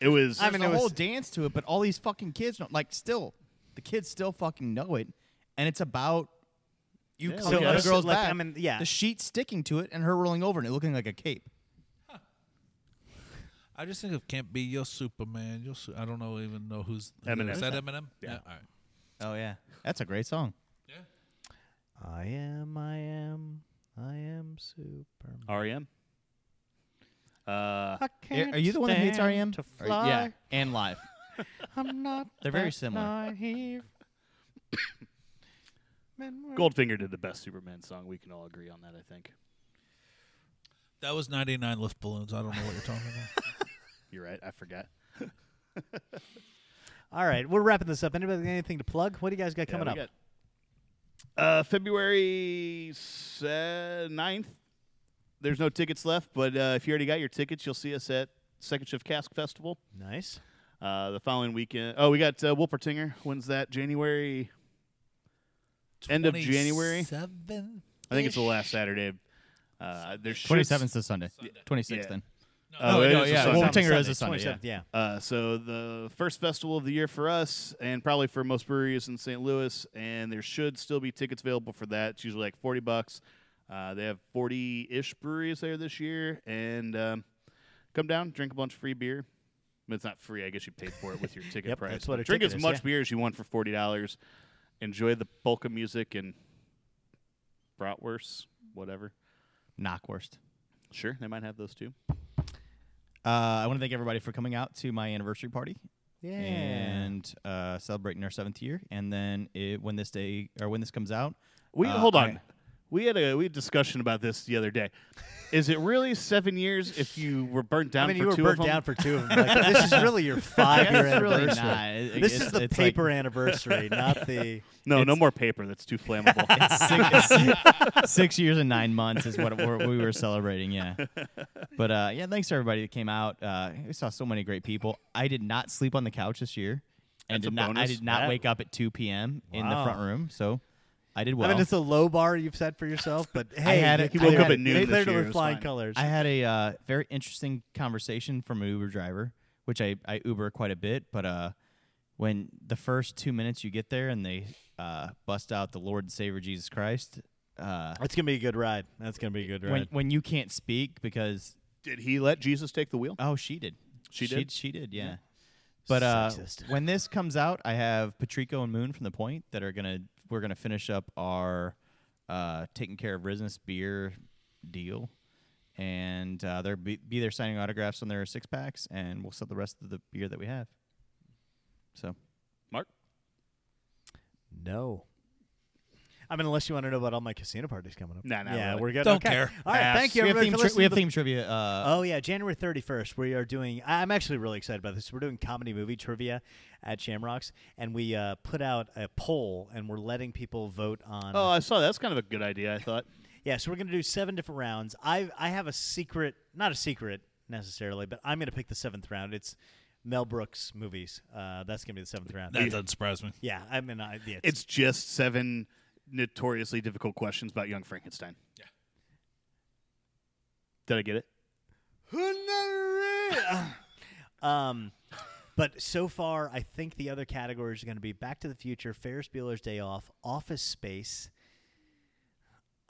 It was.
I
I
mean,
mean,
it
there's
was-
a whole dance to it, but all these fucking kids don't like. Still, the kids still fucking know it, and it's about you
So
coming on a
this is
girl's
like-
back.
I mean, yeah.
the sheet sticking to it and her rolling over and it looking like a cape.
I just think of can't be your Superman. Your su- I don't know even know who's who
Eminem.
Is that Eminem?
Yeah.
all right.
Oh yeah, that's a great song.
I am, I am, I am Superman.
REM. E Uh,
I
Are, are you the one that hates E
can't
REM?
stand
Or-
To fly.
yeah, and live.
I'm not.
They're very
that
similar.
naive. Man, we're-
Goldfinger did the best Superman song. We can all agree on that. I think
That was 99 lift balloons. I don't know what you're talking about.
you're right. I forgot.
All right, we're wrapping this up. Anybody got anything to plug? What do you guys got
Yeah,
coming
we
up?
got- uh, February se- 9th. There's no tickets left, but uh, if you already got your tickets, you'll see us at Second Shift Cask Festival
Nice.
uh, the following weekend. Oh, we got uh, Wolpertinger. When's that? January. End of January?
Seven.
I think it's the last Saturday. Uh, there's
Twenty seventh is Sunday. Twenty sixth
Yeah.
then.
Oh,
no,
it
no,
is a
yeah,
Sunday.
Wolpertinger is a Sunday,
27th, yeah.
Uh, so the first festival of the year for us, and probably for most breweries in St. Louis, and there should still be tickets available for that. It's usually like forty bucks. Uh, they have forty-ish breweries there this year, and um, come down, drink a bunch of free beer. I mean, it's not free, I guess you paid for it with your ticket
Yep,
price.
that's what
but
a
drink
ticket
as
is,
much
yeah.
beer as you want for forty dollars. Enjoy the bulk of music and bratwurst, whatever.
Knockwurst.
Sure, they might have those too.
Uh, I want to thank everybody for coming out to my anniversary party
Yeah.
and uh, celebrating our seventh year. And then it, when this day or when this comes out,
We
uh,
hold
I-
on. we had a we had a discussion about this the other day. Is it really seven years if you were burnt down
I mean,
for
you were
two
burnt
of them?
down for two of them. Like, this is really your five-year
It's really
anniversary.
not. It- it-
this
it's-
is the
it's like-
paper anniversary, not the.
no, no
It's-
more paper. That's too flammable.
six, six years and nine months is what we're, we were celebrating. Yeah, but uh, yeah, thanks to everybody that came out. Uh, we saw so many great people. I did not sleep on the couch this year, and
That's a
did not. I
bonus.
did not
That-
wake up at two p.m. in the front
Wow.
room, so I did well.
I mean, it's a low bar you've set for yourself, but hey,
had
you
it- He
woke
cleared
up
it.
at noon
They
this
cleared it
year, it
with
was
flying
fine.
colors.
I had a uh, very interesting conversation from an Uber driver, which I, I Uber quite a bit, but uh, when the first two minutes you get there and they uh, bust out the Lord and Savior Jesus Christ, uh,
That's gonna be a good ride. That's gonna be a good ride.
when when you can't speak because
Did he let Jesus take the wheel?
oh she did
She
she
did?
she did yeah. But uh,
Sexist.
when this comes out, I have Patrico and Moon from the Point that are gonna we're gonna finish up our uh, taking care of business beer deal, and uh, they'll be, be there signing autographs on their six packs, and we'll sell the rest of the beer that we have. So
Mark,
No. I mean, unless you want to know about all my casino parties coming up.
Nah, not
yeah,
really.
we're good.
Don't
okay.
care.
All right,
Pass.
thank you
we have
everybody
theme
for
tri-
listening.
we have
to-
theme trivia. Uh,
Oh yeah, January 31st. We are doing. I- I'm actually really excited about this. We're doing comedy movie trivia at Shamrocks, and we uh, put out a poll, and we're letting people vote on.
oh, I saw that. that's kind of a good idea. I thought.
Yeah, so we're gonna do seven different rounds. I I have a secret, not a secret necessarily, but I'm gonna pick the seventh round. It's Mel Brooks movies. Uh, that's gonna be the seventh round.
That doesn't surprise me.
yeah, I mean, I, yeah,
It's just seven notoriously difficult questions about young Frankenstein. Yeah. Did I get it?
Um, but so far, I think the other categories are going to be Back to the Future, Ferris Bueller's Day Off, Office Space.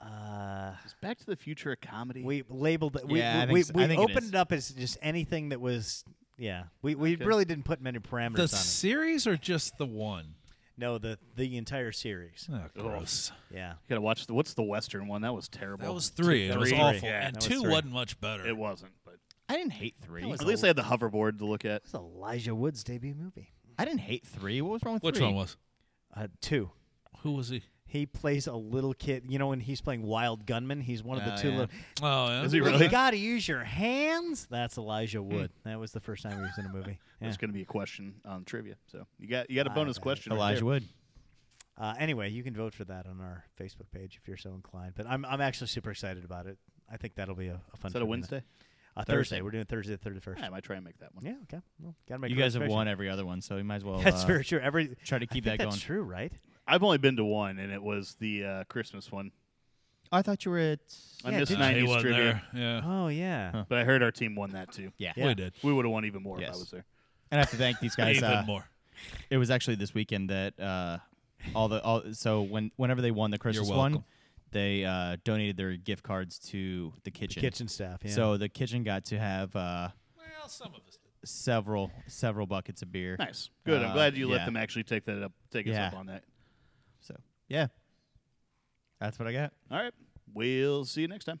Uh,
Is Back to the Future a comedy?
we labeled it. We,
Yeah, I think
we,
s- I
we,
think it
opened
is.
it up as just anything that was. Yeah, we, we really didn't put many parameters
The
on it.
series or just the one?
No, the the entire series.
Oh, gross.
Yeah,
gotta watch the what's the Western one? That was terrible.
That was three. It was
Three.
awful.
Yeah,
and
that was
two
three.
wasn't much better.
It wasn't, but
I didn't hate three.
at least I had the hoverboard to look at.
it's Elijah Wood's debut movie.
I didn't hate three. What was wrong with
Which
three?
one was?
Uh, two.
Who was he?
He plays a little kid. You know, when he's playing Wild Gunman, he's one of the
Oh,
two
yeah.
little.
Oh, yeah.
Is he
Well,
really?
You got to use your hands. That's
Hmm.
Elijah Wood. That was the first time he was in a movie. Yeah.
It's going to be a question on trivia. So you got you got a
I
bonus
bet.
question. right
Elijah
there.
Wood.
Uh, anyway, you can vote for that on our Facebook page if you're so inclined. But I'm, I'm actually super excited about it. I think that'll be a, a fun.
Is that a
trip in
Wednesday?
A Thursday.
Thursday.
We're doing Thursday the 31st.
Yeah, I might try and make that one.
Yeah. Okay. Well, gotta make.
You
a
guys have
reservation.
won every other one, so you might as well.
That's
uh,
very true. Every
try to
I
keep
think
that
that's
going.
true, right?
I've only been to one, and it was the uh, Christmas one.
Oh, I thought you were at
I
Yeah,
missed
did-
Uh, he
90s
wasn't
trivia,
there. Yeah.
Oh yeah.
Huh.
but I heard our team won that too.
yeah.
We did.
We would have won even more if
Yes.
I was there.
And I have to thank these guys.
Even
uh,
more.
It was actually this weekend that uh, all the all so when whenever they won the Christmas one,
welcome.
they uh, donated their gift cards to the kitchen.
Kitchen staff. Yeah.
So the kitchen got to have uh,
Well, some of us did.
several several buckets of beer.
Nice, good. I'm
Uh,
glad you
yeah.
let them actually take that up, take
Yeah.
us up on that.
So yeah, that's what I got.
All right, we'll see you next time.